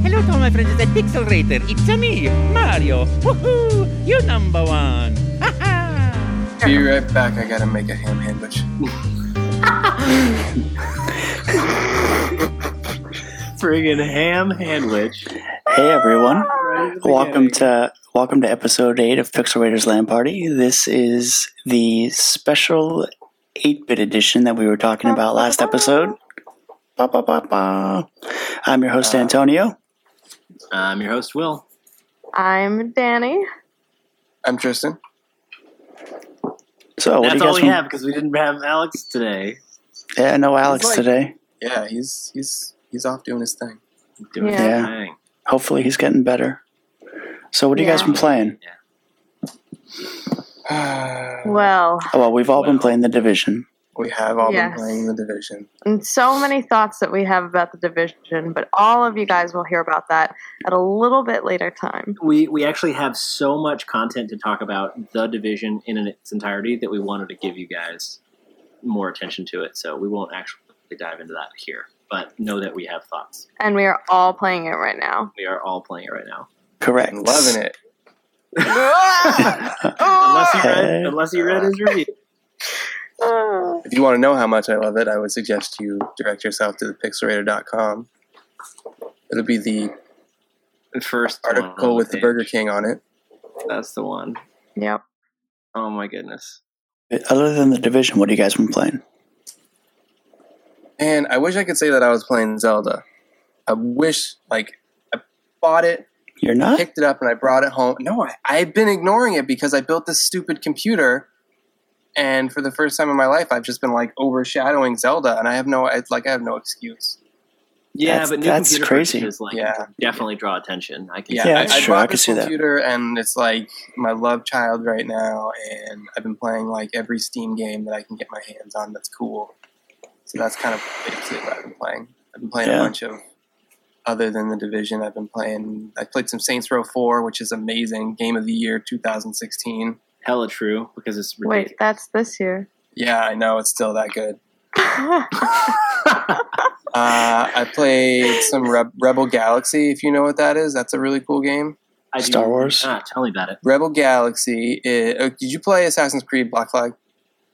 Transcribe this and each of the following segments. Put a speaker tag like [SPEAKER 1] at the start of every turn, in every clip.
[SPEAKER 1] friends, it's a Pixel Rater. It's a me, Mario. Woohoo! You're number one. Ha ha!
[SPEAKER 2] Be right back. I gotta make a ham sandwich.
[SPEAKER 3] Friggin' ham handwich.
[SPEAKER 4] Hey everyone.
[SPEAKER 3] Right at the
[SPEAKER 4] Welcome
[SPEAKER 3] beginning.
[SPEAKER 4] to welcome to episode 8 of Pixel Raiders Land Party. This is the special 8-bit edition that we were talking about last episode. Ba, ba, ba, ba. I'm your
[SPEAKER 3] Uh,
[SPEAKER 4] host Antonio.
[SPEAKER 3] I'm your host, Will.
[SPEAKER 5] I'm Danny.
[SPEAKER 2] I'm Tristan.
[SPEAKER 4] So, what do you
[SPEAKER 3] That's
[SPEAKER 4] guys
[SPEAKER 3] all we
[SPEAKER 4] want-
[SPEAKER 3] have because we didn't have Alex today.
[SPEAKER 4] Yeah, no Alex
[SPEAKER 2] like-
[SPEAKER 4] today.
[SPEAKER 2] Yeah, he's he's he's off doing his thing.
[SPEAKER 3] Doing his
[SPEAKER 4] Yeah.
[SPEAKER 3] thing.
[SPEAKER 4] Hopefully he's getting better. So, what do you guys
[SPEAKER 5] Yeah.
[SPEAKER 4] been playing?
[SPEAKER 5] Well,
[SPEAKER 4] Oh, well, we've all been
[SPEAKER 3] Well.
[SPEAKER 4] playing The Division.
[SPEAKER 2] we have all
[SPEAKER 5] Yes.
[SPEAKER 2] been playing the division.
[SPEAKER 5] and so many thoughts that we have about the division, but all of you guys will hear about that at a little bit later time.
[SPEAKER 3] We we actually have so much content to talk about the division in its entirety that we wanted to give you guys more attention to it. So we won't actually dive into that here, but know that we have thoughts.
[SPEAKER 5] And we are all playing it right now.
[SPEAKER 3] We are all playing it right now.
[SPEAKER 4] Correct.
[SPEAKER 2] I'm loving it.
[SPEAKER 3] Unless you
[SPEAKER 4] Hey.
[SPEAKER 3] read, unless you read his review.
[SPEAKER 5] Oh.
[SPEAKER 2] If you want to know how much I love it, I would suggest you direct yourself to thepixelrator.com. It'll be the
[SPEAKER 3] The first one
[SPEAKER 2] article
[SPEAKER 3] on
[SPEAKER 2] with the
[SPEAKER 3] page.
[SPEAKER 2] Burger King on it.
[SPEAKER 3] That's the one.
[SPEAKER 5] Yep.
[SPEAKER 3] Oh my goodness.
[SPEAKER 4] Other than The Division, what do you guys been playing?
[SPEAKER 2] And I wish I could say that I was playing Zelda. I wish, like, I bought it,
[SPEAKER 4] You're not?
[SPEAKER 2] picked it up, and I brought it home. No, I, I've been ignoring it because I built this stupid computer. And for the first time in my life, I've just been like overshadowing Zelda, and I have no, it's like I have no excuse.
[SPEAKER 3] Yeah,
[SPEAKER 4] That's-
[SPEAKER 3] but new
[SPEAKER 4] that's
[SPEAKER 3] computer
[SPEAKER 4] crazy.
[SPEAKER 3] purchases, like
[SPEAKER 2] Yeah.
[SPEAKER 3] definitely draw attention. I can
[SPEAKER 2] Yeah,
[SPEAKER 3] see
[SPEAKER 4] Yeah,
[SPEAKER 2] I,
[SPEAKER 4] that's
[SPEAKER 2] I
[SPEAKER 4] true.
[SPEAKER 2] bought
[SPEAKER 4] I could
[SPEAKER 2] this
[SPEAKER 4] see that.
[SPEAKER 2] computer, and it's like my love child right now, and I've been playing like every Steam game that I can get my hands on that's cool. So that's kind of basically what I've been playing. I've been playing
[SPEAKER 4] Yeah.
[SPEAKER 2] a bunch of other than the division. I've been playing. I played some Saints Row Four, which is amazing. Game of the year 2016.
[SPEAKER 3] hella true because it's ridiculous.
[SPEAKER 5] Wait, that's this year.
[SPEAKER 2] Yeah, I know it's still that good. Uh, I played some Re- Rebel Galaxy. If you know what that is, that's a really cool game.
[SPEAKER 3] I do-
[SPEAKER 4] Star Wars?
[SPEAKER 3] Ah, tell me about it.
[SPEAKER 2] Rebel Galaxy. i- oh, did you play Assassin's Creed Black Flag?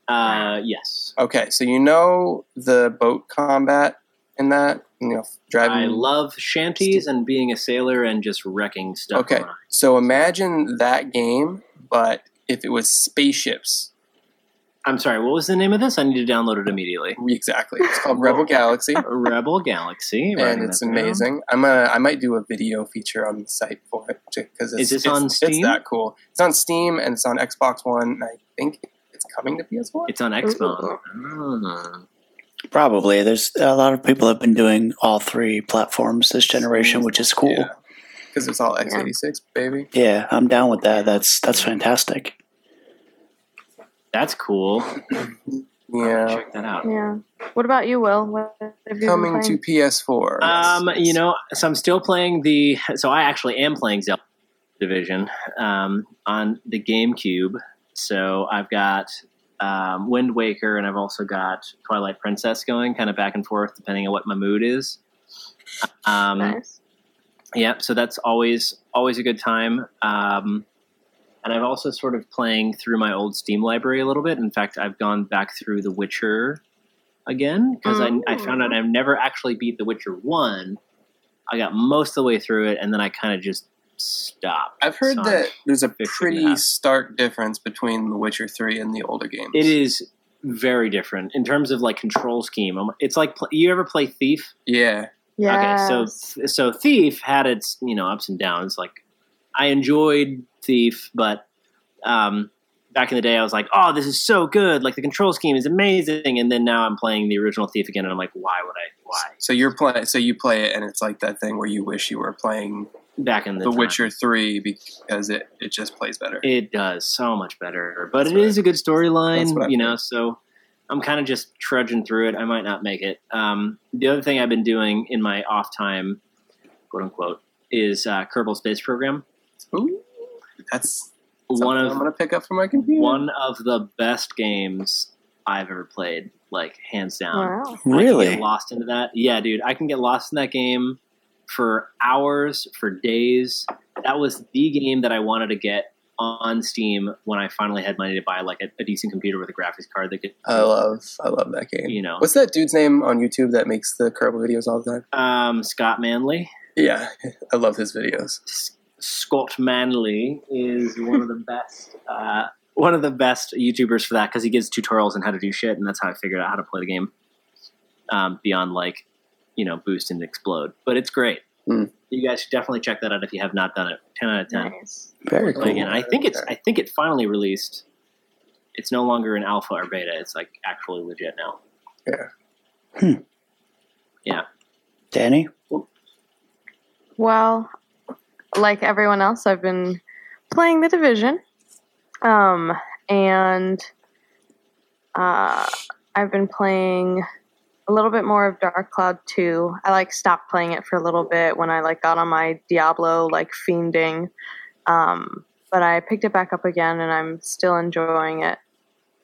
[SPEAKER 3] Uh, yes,
[SPEAKER 2] Okay, so you know the boat combat in that, you know, driving.
[SPEAKER 3] I love shanties and being a sailor and just wrecking stuff.
[SPEAKER 2] okay,
[SPEAKER 3] around.
[SPEAKER 2] so imagine that game, but if it was spaceships,
[SPEAKER 3] I'm sorry. What was the name of this? I need to download it immediately.
[SPEAKER 2] exactly. It's called Rebel Galaxy,
[SPEAKER 3] Rebel Galaxy,
[SPEAKER 2] and
[SPEAKER 3] writing
[SPEAKER 2] it's
[SPEAKER 3] that down.
[SPEAKER 2] amazing. I'm gonna, I might do a video feature on the site for it because it's,
[SPEAKER 3] Is this
[SPEAKER 2] it's,
[SPEAKER 3] on
[SPEAKER 2] It's
[SPEAKER 3] Steam?
[SPEAKER 2] that cool. It's on Steam and it's on Xbox One. And I think it's coming to PS4.
[SPEAKER 3] It's on Xbox.
[SPEAKER 5] Ooh.
[SPEAKER 3] Ah.
[SPEAKER 4] Probably. There's a lot of people have been doing all three platforms this generation, which is cool. Yeah,
[SPEAKER 2] because it's all x86, baby.
[SPEAKER 4] I'm down with that. That's that's fantastic.
[SPEAKER 3] That's cool. Oh,
[SPEAKER 2] Yeah,
[SPEAKER 3] Check that out.
[SPEAKER 5] Yeah. What about you, Will? What have you been
[SPEAKER 2] coming to
[SPEAKER 5] playing?
[SPEAKER 2] PS4.
[SPEAKER 3] Um,
[SPEAKER 2] Yes.
[SPEAKER 3] you know, so I'm still playing the. So I actually am playing Zelda Division um, on the GameCube. So I've got um, Wind Waker, and I've also got Twilight Princess going, kind of back and forth, depending on what my mood is. Um,
[SPEAKER 5] Nice.
[SPEAKER 3] Yep. So that's always always a good time. Um, and I've also sort of playing through my old Steam library a little bit. In fact, I've gone back through The Witcher again because I, I found out I've never actually beat The Witcher one. I got most of the way through it, and then I kind of just stopped.
[SPEAKER 2] I've heard
[SPEAKER 3] So I'm-
[SPEAKER 2] that there's a
[SPEAKER 3] fixing
[SPEAKER 2] pretty
[SPEAKER 3] that.
[SPEAKER 2] stark difference between The Witcher 3 and the older games.
[SPEAKER 3] it is very different in terms of like control scheme. I'm- It's like pl- you ever play Thief?
[SPEAKER 2] Yeah.
[SPEAKER 5] Yes.
[SPEAKER 3] Okay, so so Thief had its you know ups and downs. Like I enjoyed Thief, but um, back in the day, I was like, oh, this is so good. Like the control scheme is amazing. And then now I'm playing the original Thief again, and I'm like, why would I? Why
[SPEAKER 2] So you're play so you play it and it's like that thing where you wish you were playing
[SPEAKER 3] back in the,
[SPEAKER 2] The,
[SPEAKER 3] time,
[SPEAKER 2] Witcher 3 because it, it just plays better.
[SPEAKER 3] It does so much better, but
[SPEAKER 2] That's
[SPEAKER 3] it is
[SPEAKER 2] what I-
[SPEAKER 3] a good
[SPEAKER 2] that's what I
[SPEAKER 3] storyline, you know.
[SPEAKER 2] think.
[SPEAKER 3] So I'm kind of just trudging through it. I might not make it. Um, the other thing I've been doing in my off time, quote unquote, is uh, Kerbal Space Program.
[SPEAKER 2] Ooh, that's something
[SPEAKER 3] One
[SPEAKER 2] I'm
[SPEAKER 3] of
[SPEAKER 2] going to pick up from my computer.
[SPEAKER 3] one of the best games I've ever played, like hands down.
[SPEAKER 5] Wow.
[SPEAKER 3] I can
[SPEAKER 4] Really?
[SPEAKER 3] get lost into that? Yeah, dude. I can get lost in that game for hours, for days. That was the game that I wanted to get on Steam when I finally had money to buy like a, a decent computer with a graphics card that could.
[SPEAKER 2] I love I love that game.
[SPEAKER 3] You know.
[SPEAKER 2] what's that dude's name on YouTube that makes the Kerbal videos all the time?
[SPEAKER 3] Um, Scott Manley.
[SPEAKER 2] Yeah, I love his videos.
[SPEAKER 3] S- Scott Manley is one of the best. Uh, one of the best YouTubers for that because he gives tutorials on how to do shit, and that's how I figured out how to play the game. Um, beyond like, you know, boost and explode, but it's great.
[SPEAKER 2] Mm.
[SPEAKER 3] You guys should definitely check that out if you have not done it. Ten out of ten.
[SPEAKER 5] Nice.
[SPEAKER 4] Very
[SPEAKER 3] But
[SPEAKER 2] Cool.
[SPEAKER 4] cool.
[SPEAKER 3] again, I think it's I think it finally released. It's no longer an alpha or beta. It's like actually legit now.
[SPEAKER 4] Danny?
[SPEAKER 5] Well, like everyone else, I've been playing The Division. Um, and uh, I've been playing a little bit more of Dark Cloud 2. I like stopped playing it for a little bit when I like got on my Diablo like fiending. Um, but I picked it back up again and I'm still enjoying it.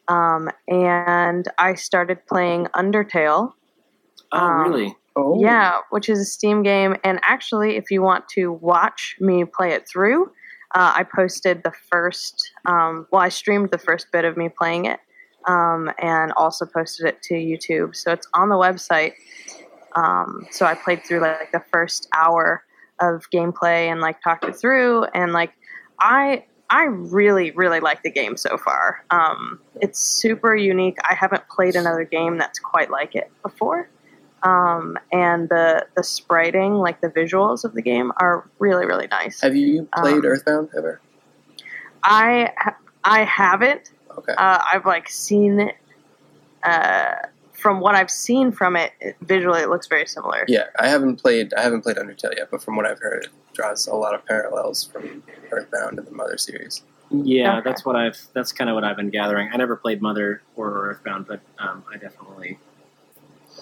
[SPEAKER 5] Um, and I started playing Undertale.
[SPEAKER 3] Oh,
[SPEAKER 5] Um,
[SPEAKER 3] really?
[SPEAKER 2] Oh,
[SPEAKER 5] Yeah, which is a Steam game. And actually, if you want to watch me play it through, uh, I posted the first, um, well, I streamed the first bit of me playing it um, and also posted it to YouTube. So it's on the website. Um, so I played through like the first hour of gameplay and like talked it through. And like, I. I really, really like the game so far. Um, it's super unique. I haven't played another game that's quite like it before um, and the the spriting, like the visuals of the game, are really really nice.
[SPEAKER 2] Have you played
[SPEAKER 5] Um,
[SPEAKER 2] Earthbound ever?
[SPEAKER 5] I ha- I haven't.
[SPEAKER 2] Okay.
[SPEAKER 5] Uh, I've like seen it. Uh, from what I've seen from it, it- visually it looks very similar.
[SPEAKER 2] yeah, I haven't played I haven't played Undertale yet, but from what I've heard, it draws a lot of parallels from Earthbound and the Mother series.
[SPEAKER 3] Yeah,
[SPEAKER 5] Okay.
[SPEAKER 3] that's what I've. That's kind of what I've been gathering. I never played Mother or Earthbound, but um, I definitely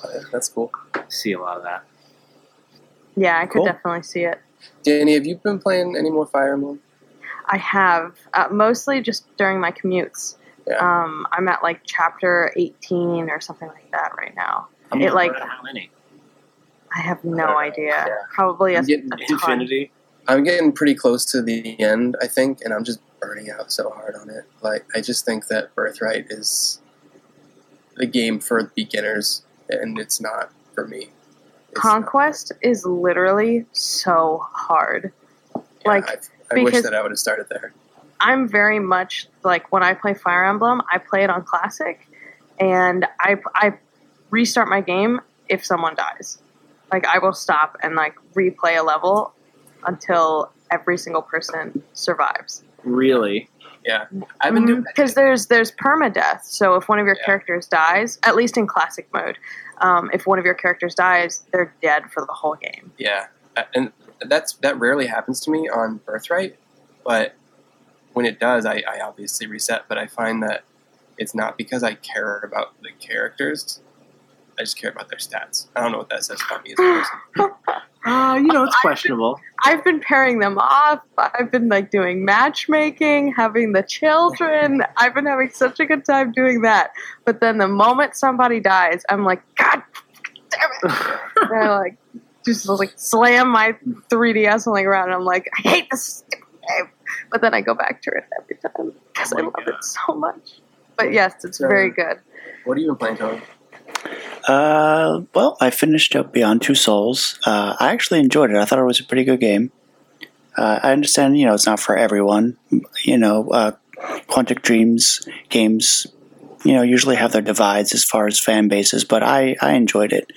[SPEAKER 2] Uh, That's cool.
[SPEAKER 3] see a lot of that.
[SPEAKER 5] Yeah, I could
[SPEAKER 4] Cool.
[SPEAKER 5] definitely see it.
[SPEAKER 2] Danny, have you been playing any more Fire Emblem?
[SPEAKER 5] I have uh, mostly just during my commutes.
[SPEAKER 2] Yeah.
[SPEAKER 5] Um, I'm at like chapter 18 or something like that right now.
[SPEAKER 3] I'm
[SPEAKER 5] It,
[SPEAKER 3] not
[SPEAKER 5] like-
[SPEAKER 3] sure how many?
[SPEAKER 5] I have no
[SPEAKER 2] Uh,
[SPEAKER 5] idea.
[SPEAKER 2] yeah.
[SPEAKER 5] Probably a,
[SPEAKER 2] I'm getting
[SPEAKER 5] a ton.
[SPEAKER 3] Infinity.
[SPEAKER 2] I'm getting pretty close to the end, I think, and I'm just burning out so hard on it. Like, I just think that Birthright is the game for beginners, and it's not for me. It's
[SPEAKER 5] Conquest is literally so hard.
[SPEAKER 2] not- yeah,
[SPEAKER 5] like,
[SPEAKER 2] I, I wish
[SPEAKER 5] because-
[SPEAKER 2] that I would have started there.
[SPEAKER 5] I'm very much like when I play Fire Emblem, I play it on classic, and I I restart my game if someone dies. Like I will stop and like replay a level until every single person survives.
[SPEAKER 3] Really?
[SPEAKER 2] I've been doing
[SPEAKER 5] because Mm, there's there's permadeath. So if one of your
[SPEAKER 2] Yeah.
[SPEAKER 5] characters dies, at least in classic mode, um, if one of your characters dies, they're dead for the whole game.
[SPEAKER 2] Yeah, Uh, and that's that rarely happens to me on Birthright, but when it does, I, I obviously reset. But I find that it's not because I care about the characters; I just care about their stats. I don't know what that says about me as a person.
[SPEAKER 3] Uh, you know, it's
[SPEAKER 5] I've been-
[SPEAKER 3] questionable.
[SPEAKER 5] I've been pairing them off. I've been like doing matchmaking, having the children. I've been having such a good time doing that. But then the moment somebody dies, I'm like, God damn it! And I like just like slam my 3DS on the ground. And I'm like, I hate this stupid game. But then I go back to it every time because
[SPEAKER 3] Oh
[SPEAKER 5] I
[SPEAKER 3] my
[SPEAKER 5] love it so much. But yes, it's
[SPEAKER 2] So-
[SPEAKER 5] very good.
[SPEAKER 2] What have you been playing, Tony?
[SPEAKER 4] Uh, well, I finished up Beyond Two Souls. Uh, I actually enjoyed it. I thought it was a pretty good game. Uh, I understand, you know, it's not for everyone. You know, uh, Quantic Dreams games, you know, usually have their divides as far as fan bases, but I, I enjoyed it.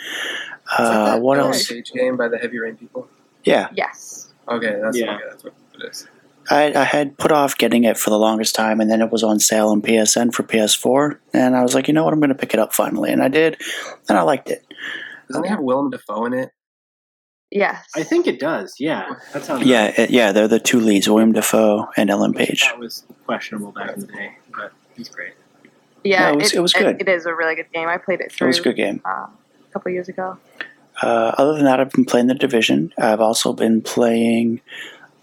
[SPEAKER 4] Uh, what
[SPEAKER 2] Dark
[SPEAKER 4] else?
[SPEAKER 2] Age game by the Heavy Rain people.
[SPEAKER 4] Yeah,
[SPEAKER 5] Yes.
[SPEAKER 2] Okay, that's
[SPEAKER 3] Yeah.
[SPEAKER 2] okay, that's what it is.
[SPEAKER 4] I, I had put off getting it for the longest time, and then it was on sale on PSN for PS4, and I was like, you know what, I'm going to pick it up finally, and I did, and I liked it.
[SPEAKER 2] Doesn't it have Willem Dafoe in it?
[SPEAKER 5] Yes.
[SPEAKER 3] I think it does. Yeah, that sounds.
[SPEAKER 4] Yeah, it, yeah, they're the two leads, William Defoe and Ellen Page.
[SPEAKER 3] That was questionable back in the day, but he's great.
[SPEAKER 5] Yeah.
[SPEAKER 4] No, it was- it was good.
[SPEAKER 5] it is a really good game. I played it
[SPEAKER 4] It
[SPEAKER 5] through
[SPEAKER 4] was a good game.
[SPEAKER 5] uh, a couple years ago.
[SPEAKER 4] Uh, other than that, I've been playing The Division. I've also been playing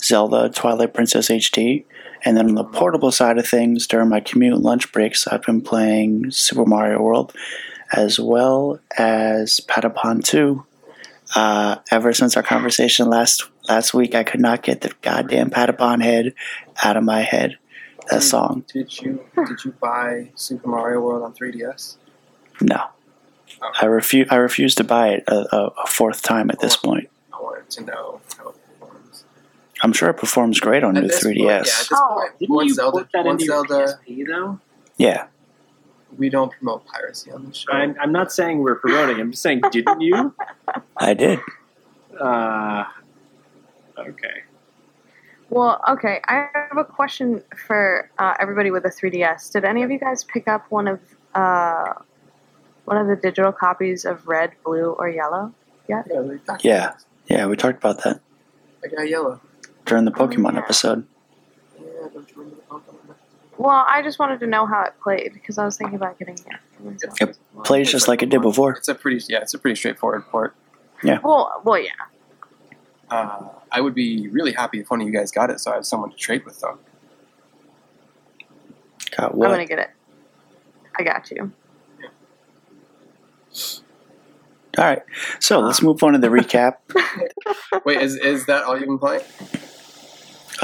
[SPEAKER 4] Zelda Twilight Princess HD. And then on the portable side of things, during my commute and lunch breaks, I've been playing Super Mario World as well as Patapon 2. Uh, ever since our conversation last last week, I could not get the goddamn Patapon head out of my head.
[SPEAKER 2] Hmm.
[SPEAKER 4] That song,
[SPEAKER 2] Did you did you buy Super Mario World on 3DS?
[SPEAKER 4] no. I refuse. I refuse to buy it a, a, a fourth time at this point.
[SPEAKER 2] I wanted to know how it performs.
[SPEAKER 4] I'm sure it performs great on
[SPEAKER 2] At
[SPEAKER 4] new
[SPEAKER 2] this point,
[SPEAKER 4] 3ds.
[SPEAKER 2] yeah, at this
[SPEAKER 5] Oh,
[SPEAKER 2] point,
[SPEAKER 3] Didn't
[SPEAKER 2] one
[SPEAKER 3] you
[SPEAKER 2] Zelda,
[SPEAKER 3] put that
[SPEAKER 2] one
[SPEAKER 3] into your
[SPEAKER 2] Zelda.
[SPEAKER 3] PSP though?
[SPEAKER 4] yeah,
[SPEAKER 2] We don't promote piracy on the show.
[SPEAKER 3] I'm, I'm not saying we're promoting. I'm just saying, didn't you?
[SPEAKER 4] I did.
[SPEAKER 3] Uh, okay.
[SPEAKER 5] Well, okay. I have a question for uh, everybody with a 3DS. Did any of you guys pick up one of uh, one of the digital copies of Red, Blue, or Yellow?
[SPEAKER 2] Yeah, we talked
[SPEAKER 4] Yeah.
[SPEAKER 2] about
[SPEAKER 4] Yeah, we talked about that
[SPEAKER 2] this. I got yellow.
[SPEAKER 4] during the Pokemon
[SPEAKER 5] yeah.
[SPEAKER 4] episode.
[SPEAKER 2] Yeah, don't you remember the Pokemon?
[SPEAKER 5] Well, I just wanted to know how it played because I was thinking about getting it. for myself.
[SPEAKER 4] It plays just like it did before.
[SPEAKER 2] It's a pretty yeah, it's a pretty straightforward port.
[SPEAKER 5] Well, well, yeah.
[SPEAKER 2] Uh, I would be really happy if one of you guys got it, so I have someone to trade with though.
[SPEAKER 4] Got
[SPEAKER 5] I'm
[SPEAKER 4] what?
[SPEAKER 5] gonna get it. I got you.
[SPEAKER 4] All right, so let's move on to the recap.
[SPEAKER 2] Wait, is is that all you've been playing?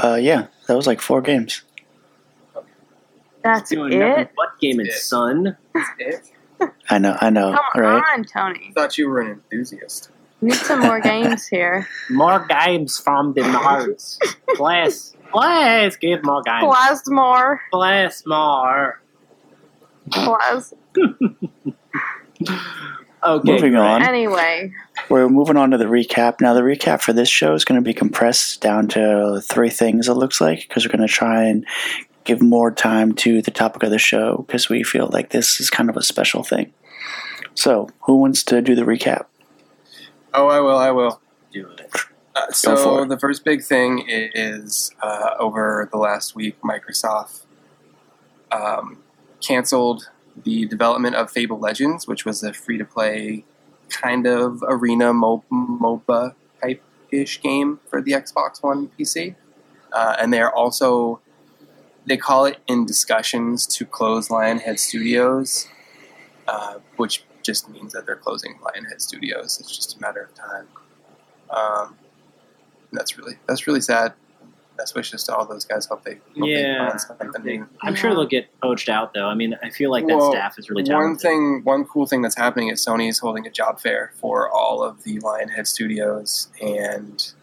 [SPEAKER 4] Uh, yeah, that was like four games.
[SPEAKER 5] That's
[SPEAKER 3] Doing nothing
[SPEAKER 5] it.
[SPEAKER 3] but game and
[SPEAKER 2] Yeah.
[SPEAKER 3] sun.
[SPEAKER 2] That's it?
[SPEAKER 4] I know, I know,
[SPEAKER 5] Come
[SPEAKER 4] Oh, right?
[SPEAKER 5] on, Tony.
[SPEAKER 2] I thought you were an enthusiast.
[SPEAKER 5] Need some more games here.
[SPEAKER 3] More games from the nerds. Bless. Bless. Give more games.
[SPEAKER 5] Plasmore.
[SPEAKER 3] Bless more.
[SPEAKER 5] Plas.
[SPEAKER 3] Okay.
[SPEAKER 4] Moving
[SPEAKER 3] great.
[SPEAKER 4] on.
[SPEAKER 5] Anyway,
[SPEAKER 4] We're moving on to the recap. Now, the recap for this show is going to be compressed down to three things, it looks like, because we're going to try and give more time to the topic of the show because we feel like this is kind of a special thing. So, who wants to do the recap?
[SPEAKER 2] Oh, I will, I will.
[SPEAKER 3] Do it.
[SPEAKER 2] Uh,
[SPEAKER 4] for
[SPEAKER 2] so
[SPEAKER 4] it.
[SPEAKER 2] the first big thing is uh, over the last week, Microsoft um, canceled the development of Fable Legends, which was a free-to-play kind of arena mo- MOBA type-ish game for the Xbox One PC, uh, and they are also they call it in discussions to close Lionhead Studios, uh, which just means that they're closing Lionhead Studios. It's just a matter of time. Um, that's really that's really sad. Best wishes to all those guys. Hope they hope
[SPEAKER 3] Yeah.
[SPEAKER 2] they find something new.
[SPEAKER 3] I'm sure they'll get poached out though. I mean, I feel like that
[SPEAKER 2] Well,
[SPEAKER 3] staff is really
[SPEAKER 2] one
[SPEAKER 3] talented.
[SPEAKER 2] thing, one cool thing that's happening is Sony is holding a job fair for all of the Lionhead studios and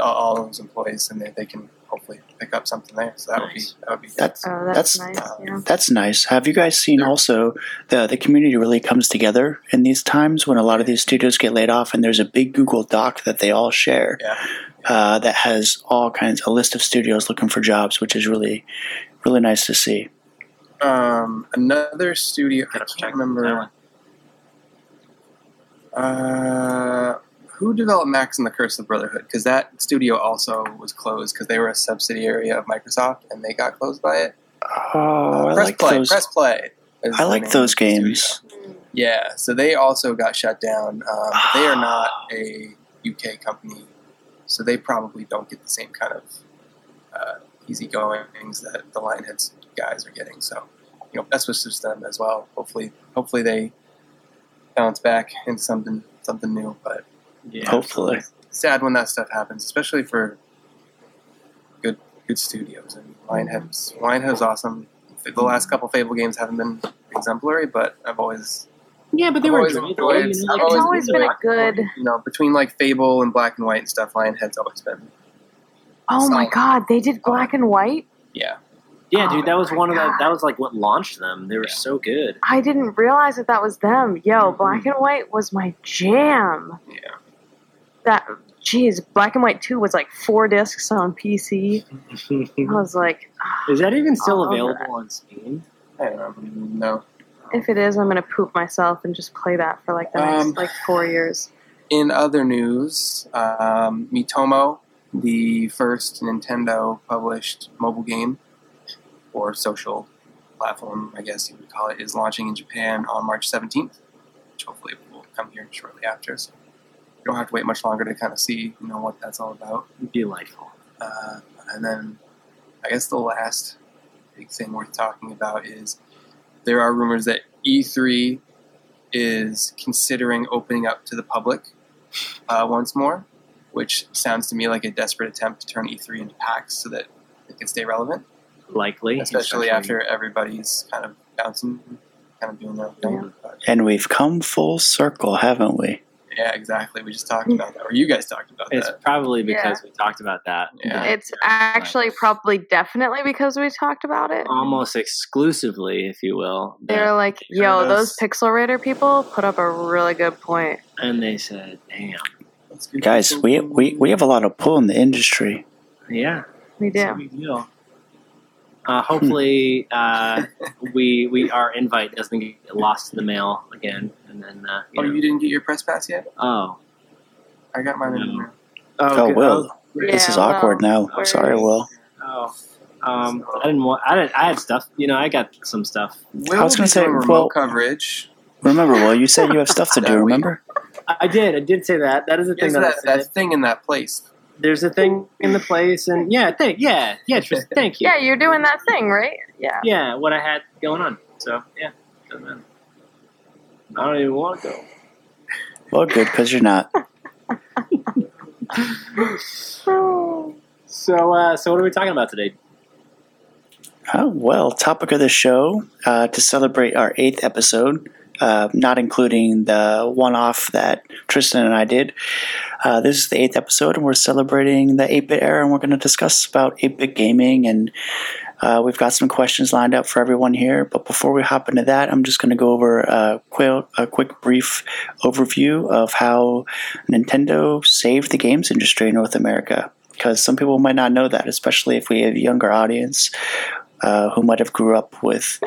[SPEAKER 2] all- all of those employees, and they, they can hopefully pick up something there. So that would be
[SPEAKER 3] Nice.
[SPEAKER 2] that would be
[SPEAKER 4] That's
[SPEAKER 5] oh, that's,
[SPEAKER 4] That's-
[SPEAKER 5] nice. Yeah.
[SPEAKER 4] That's nice. Have you guys seen also the the community really comes together in these times when a lot of these studios get laid off, and there's a big Google Doc that they all share
[SPEAKER 2] yeah.
[SPEAKER 4] uh, that has all kinds a list of studios looking for jobs, which is really really nice to see.
[SPEAKER 2] Um, another studio. I
[SPEAKER 3] Gotta check
[SPEAKER 2] can't remember.
[SPEAKER 3] that
[SPEAKER 2] Uh, who developed Max and the Curse of Brotherhood? Because that studio also was closed because they were a subsidiary of Microsoft, and they got closed by it.
[SPEAKER 4] Oh,
[SPEAKER 2] Uh,
[SPEAKER 4] I
[SPEAKER 2] press
[SPEAKER 4] like
[SPEAKER 2] play,
[SPEAKER 4] those.
[SPEAKER 2] press play. is
[SPEAKER 4] I
[SPEAKER 2] the
[SPEAKER 4] like
[SPEAKER 2] name
[SPEAKER 4] those
[SPEAKER 2] of the studio.
[SPEAKER 4] games.
[SPEAKER 2] Yeah, so they also got shut down. Um, but they are not a UK company, so they probably don't get the same kind of uh, easy goings that the Lionheads guys are getting. So, you know, that's what's just them as well. Hopefully, hopefully they bounce back into something something new. But
[SPEAKER 3] one. Yeah.
[SPEAKER 4] Hopefully,
[SPEAKER 2] sad when that stuff happens, especially for good good studios. I mean, Lionhead's Lionhead's awesome. The last couple Fable games haven't been exemplary, but I've always
[SPEAKER 3] Yeah, but they
[SPEAKER 2] I've
[SPEAKER 3] were
[SPEAKER 2] always
[SPEAKER 3] enjoyable.
[SPEAKER 2] enjoyed-
[SPEAKER 3] You know,
[SPEAKER 2] I've
[SPEAKER 3] like,
[SPEAKER 5] It's
[SPEAKER 2] always
[SPEAKER 5] always been a good.
[SPEAKER 2] you know, between like Fable and Black and White and stuff, Lionhead's always been.
[SPEAKER 5] Oh my
[SPEAKER 2] Solid.
[SPEAKER 5] God! They did black and white.
[SPEAKER 2] Yeah.
[SPEAKER 3] Yeah, dude, that was
[SPEAKER 5] Oh my
[SPEAKER 3] one of the
[SPEAKER 5] God.
[SPEAKER 3] that was like what launched them. They were
[SPEAKER 2] Yeah.
[SPEAKER 3] so good.
[SPEAKER 5] I didn't realize that that was them. Yo, black and white was my jam.
[SPEAKER 2] Mm-hmm. Yeah.
[SPEAKER 5] That, geez, black and white two was like four discs on PC. I
[SPEAKER 3] Is
[SPEAKER 5] was like, ah,
[SPEAKER 3] that even still
[SPEAKER 5] All over
[SPEAKER 3] available on Steam?
[SPEAKER 2] I don't know.
[SPEAKER 5] if it is, I'm gonna poop myself and just play that for like the
[SPEAKER 2] Um,
[SPEAKER 5] next like four years.
[SPEAKER 2] In other news, um, Mitomo, the first Nintendo published mobile game or social platform, I guess you would call it, is launching in Japan on March 17th, which hopefully will come here shortly after. So you don't have to wait much longer to kind of see, you know, what that's all about.
[SPEAKER 3] Delightful.
[SPEAKER 2] Uh, and then I guess the last big thing worth talking about is there are rumors that E3 E is considering opening up to the public uh, once more, which sounds to me like a desperate attempt to turn E3 into PAX so that it can stay relevant,
[SPEAKER 3] likely,
[SPEAKER 2] especially after everybody's kind of bouncing, kind of doing their own thing. But,
[SPEAKER 4] And we've come full circle, haven't we?
[SPEAKER 2] yeah, exactly. We just talked about that, or you guys talked about
[SPEAKER 3] It's
[SPEAKER 2] that.
[SPEAKER 3] probably because we talked about that.
[SPEAKER 2] Yeah.
[SPEAKER 5] It's actually probably definitely because we talked about it.
[SPEAKER 2] Oh,
[SPEAKER 3] almost exclusively, if you will.
[SPEAKER 5] They're
[SPEAKER 3] that-
[SPEAKER 5] like,
[SPEAKER 2] Sure
[SPEAKER 5] yo,
[SPEAKER 2] does.
[SPEAKER 5] those Pixel Raider people put up a really good point.
[SPEAKER 3] and they said, "Damn,
[SPEAKER 2] Let's get
[SPEAKER 4] Guys,
[SPEAKER 2] this
[SPEAKER 4] we,
[SPEAKER 2] open.
[SPEAKER 4] we, we have a lot of pull in the industry.
[SPEAKER 3] yeah,
[SPEAKER 5] We
[SPEAKER 3] it's a
[SPEAKER 5] do.
[SPEAKER 3] big deal." Uh, hopefully, uh, we we our invite doesn't get lost in the mail again, and then uh, you
[SPEAKER 2] Oh,
[SPEAKER 3] know-
[SPEAKER 2] you didn't get your press pass yet?
[SPEAKER 3] oh,
[SPEAKER 2] I got mine in the
[SPEAKER 3] No.
[SPEAKER 2] mail.
[SPEAKER 4] Oh,
[SPEAKER 3] good.
[SPEAKER 4] Will,
[SPEAKER 5] Yeah,
[SPEAKER 4] this is awkward
[SPEAKER 5] well,
[SPEAKER 4] now. Sorry, Will.
[SPEAKER 3] Oh, um, I didn't want. I didn't, I had stuff. You know, I got some stuff.
[SPEAKER 2] Will
[SPEAKER 4] I was gonna
[SPEAKER 2] be
[SPEAKER 4] say,
[SPEAKER 2] doing remote
[SPEAKER 4] well-
[SPEAKER 2] coverage.
[SPEAKER 4] Remember, Will, you said you have stuff to do, remember?
[SPEAKER 3] I I did. I did say that. That is a thing
[SPEAKER 2] Is
[SPEAKER 3] that,
[SPEAKER 2] that
[SPEAKER 3] I said.
[SPEAKER 2] that thing in that place?
[SPEAKER 3] There's a thing in the place, and yeah, thank yeah, yeah, Tris, thank you.
[SPEAKER 5] Yeah, you're doing that thing, right? Yeah.
[SPEAKER 3] yeah, what I had going on. So yeah, doesn't matter. I don't even want to go.
[SPEAKER 4] Well, good, because you're not.
[SPEAKER 3] So uh, so what are we talking about today?
[SPEAKER 4] Oh, well, topic of the show uh, to celebrate our eighth episode, uh, not including the one off that Tristan and I did. Uh, this is the eighth episode, and we're celebrating the 8 bit era, and we're going to discuss about 8 bit gaming. And uh, we've got some questions lined up for everyone here. But before we hop into that, I'm just going to go over a, quil- a quick, brief overview of how Nintendo saved the games industry in North America. Because some people might not know that, especially if we have a younger audience uh, who might have grew up with,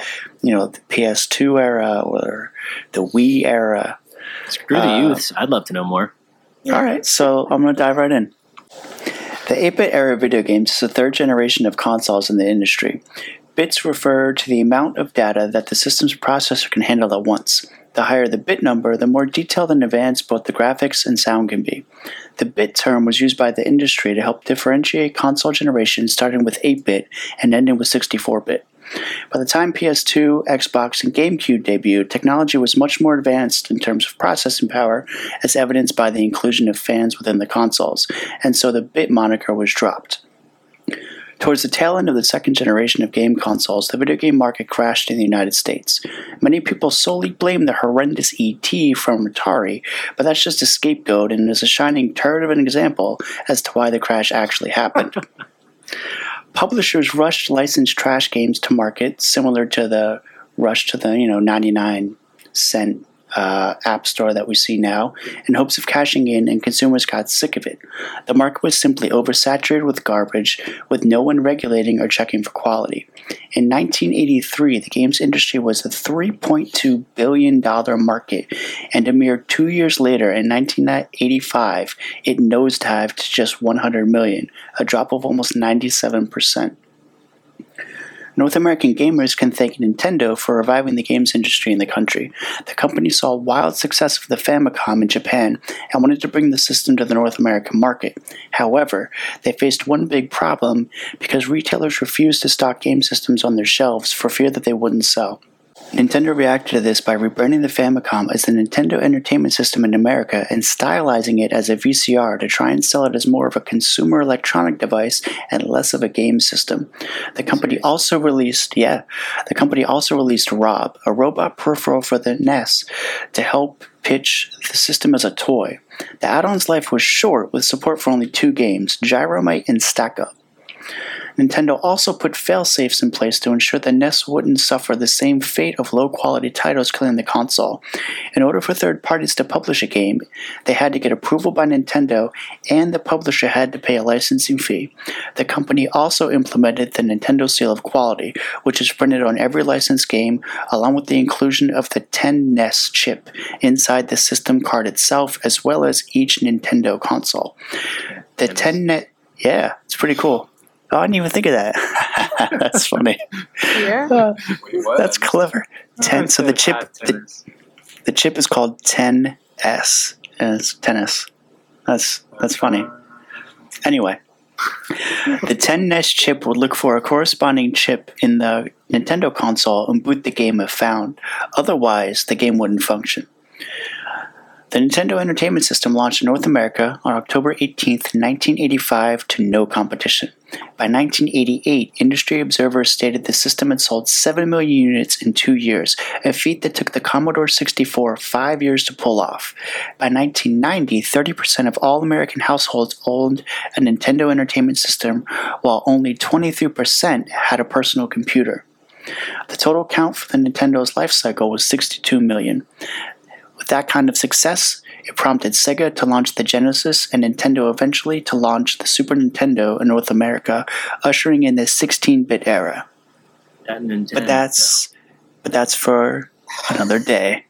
[SPEAKER 4] you know, the PS2 era or the Wii era.
[SPEAKER 3] Screw
[SPEAKER 4] the Uh,
[SPEAKER 3] youths. I'd love to know more.
[SPEAKER 4] All right, so I'm going to dive right in. The 8-bit era of video games is the third generation of consoles in the industry. Bits refer to the amount of data that the system's processor can handle at once. The higher the bit number, the more detailed and advanced both the graphics and sound can be. The bit term was used by the industry to help differentiate console generations starting with 8 bit and ending with 64 bit. By the time PS2, Xbox, and GameCube debuted, technology was much more advanced in terms of processing power, as evidenced by the inclusion of fans within the consoles, and so the bit moniker was dropped. Towards the tail end of the second generation of game consoles, the video game market crashed in the United States. Many people solely blame the horrendous ET from Atari, but that's just a scapegoat and is a shining turd of an example as to why the crash actually happened publishers rushed licensed trash games to market, similar to the rush to the you know 99 cent uh, app store that we see now, in hopes of cashing in, and consumers got sick of it. The market was simply oversaturated with garbage, with no one regulating or checking for quality. In 1983, the games industry was a $3.2 billion market, and a mere two years later, in 1985, it nosedived to just 100 million, a drop of almost 97%. North American gamers can thank Nintendo for reviving the games industry in the country. The company saw wild success of the Famicom in Japan and wanted to bring the system to the North American market. However, they faced one big problem because retailers refused to stock game systems on their shelves for fear that they wouldn't sell. Nintendo reacted to this by rebranding the Famicom as the Nintendo Entertainment System in America and stylizing it as a VCR to try and sell it as more of a consumer electronic device and less of a game system. The company also released, yeah, the company also released Rob, a robot peripheral for the NES to help pitch the system as a toy. The add-on's life was short with support for only two games, Gyromite and Stack Up. Nintendo also put fail-safes in place to ensure the NES wouldn't suffer the same fate of low-quality titles killing the console. In order for third parties to publish a game, they had to get approval by Nintendo and the publisher had to pay a licensing fee. The company also implemented the Nintendo Seal of Quality, which is printed on every licensed game along with the inclusion of the 10 NES chip inside the system card itself as well as each Nintendo console. The 10 net Yeah, it's pretty cool. Oh, I didn't even think of that. That's funny.
[SPEAKER 5] Yeah.
[SPEAKER 2] Wait, what?
[SPEAKER 4] That's clever. Ten. So the chip, the, the chip is called 10s, and it's tennis. That's that's funny. Anyway, the 10 NES chip would look for a corresponding chip in the Nintendo console and boot the game if found. Otherwise, the game wouldn't function. The Nintendo Entertainment System launched in North America on October 18, 1985, to no competition. By 1988, industry observers stated the system had sold 7 million units in two years, a feat that took the Commodore 64 five years to pull off. By 1990, 30% of all American households owned a Nintendo Entertainment System, while only 23% had a personal computer. The total count for the Nintendo's life cycle was 62 million. With that kind of success, it prompted Sega to launch the Genesis and Nintendo eventually to launch the Super Nintendo in North America, ushering in the 16-bit era.
[SPEAKER 3] That Nintendo.
[SPEAKER 4] But that's but that's for another day.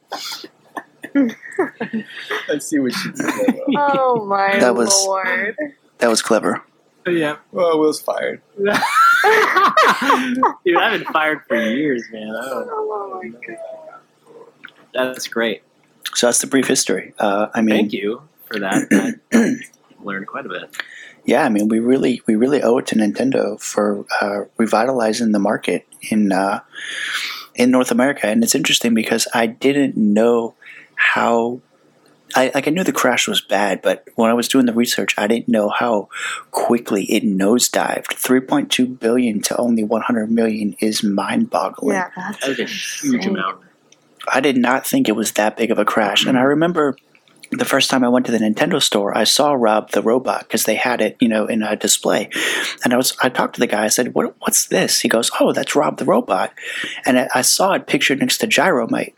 [SPEAKER 2] I see what you did.
[SPEAKER 5] Oh my
[SPEAKER 4] That was-
[SPEAKER 5] lord.
[SPEAKER 4] That was clever.
[SPEAKER 3] yeah.
[SPEAKER 2] Well, Will's fired.
[SPEAKER 3] Dude,
[SPEAKER 5] Oh
[SPEAKER 3] I've been fired for years, man. I don't,
[SPEAKER 5] Oh my god.
[SPEAKER 3] that's great.
[SPEAKER 4] So that's the brief history. Uh, I mean,
[SPEAKER 3] Thank you for that. I learned quite a bit.
[SPEAKER 4] yeah, I mean, we really we really owe it to Nintendo for uh, revitalizing the market in uh, in North America. And it's interesting because I didn't know how. I, like I knew the crash was bad, but when I was doing the research, I didn't know how quickly it nosedived. Three point two billion to only one hundred million is mind-boggling.
[SPEAKER 5] Yeah, that's
[SPEAKER 3] That was a huge
[SPEAKER 5] insane.
[SPEAKER 3] amount.
[SPEAKER 4] I did not think it was that big of a crash. And I remember the first time I went to the Nintendo store, I saw Rob the robot because they had it, you know, in a display. And I was, I talked to the guy. I said, what, "What's this?" He goes, "Oh, that's Rob the robot." And I, I saw it pictured next to Gyromite.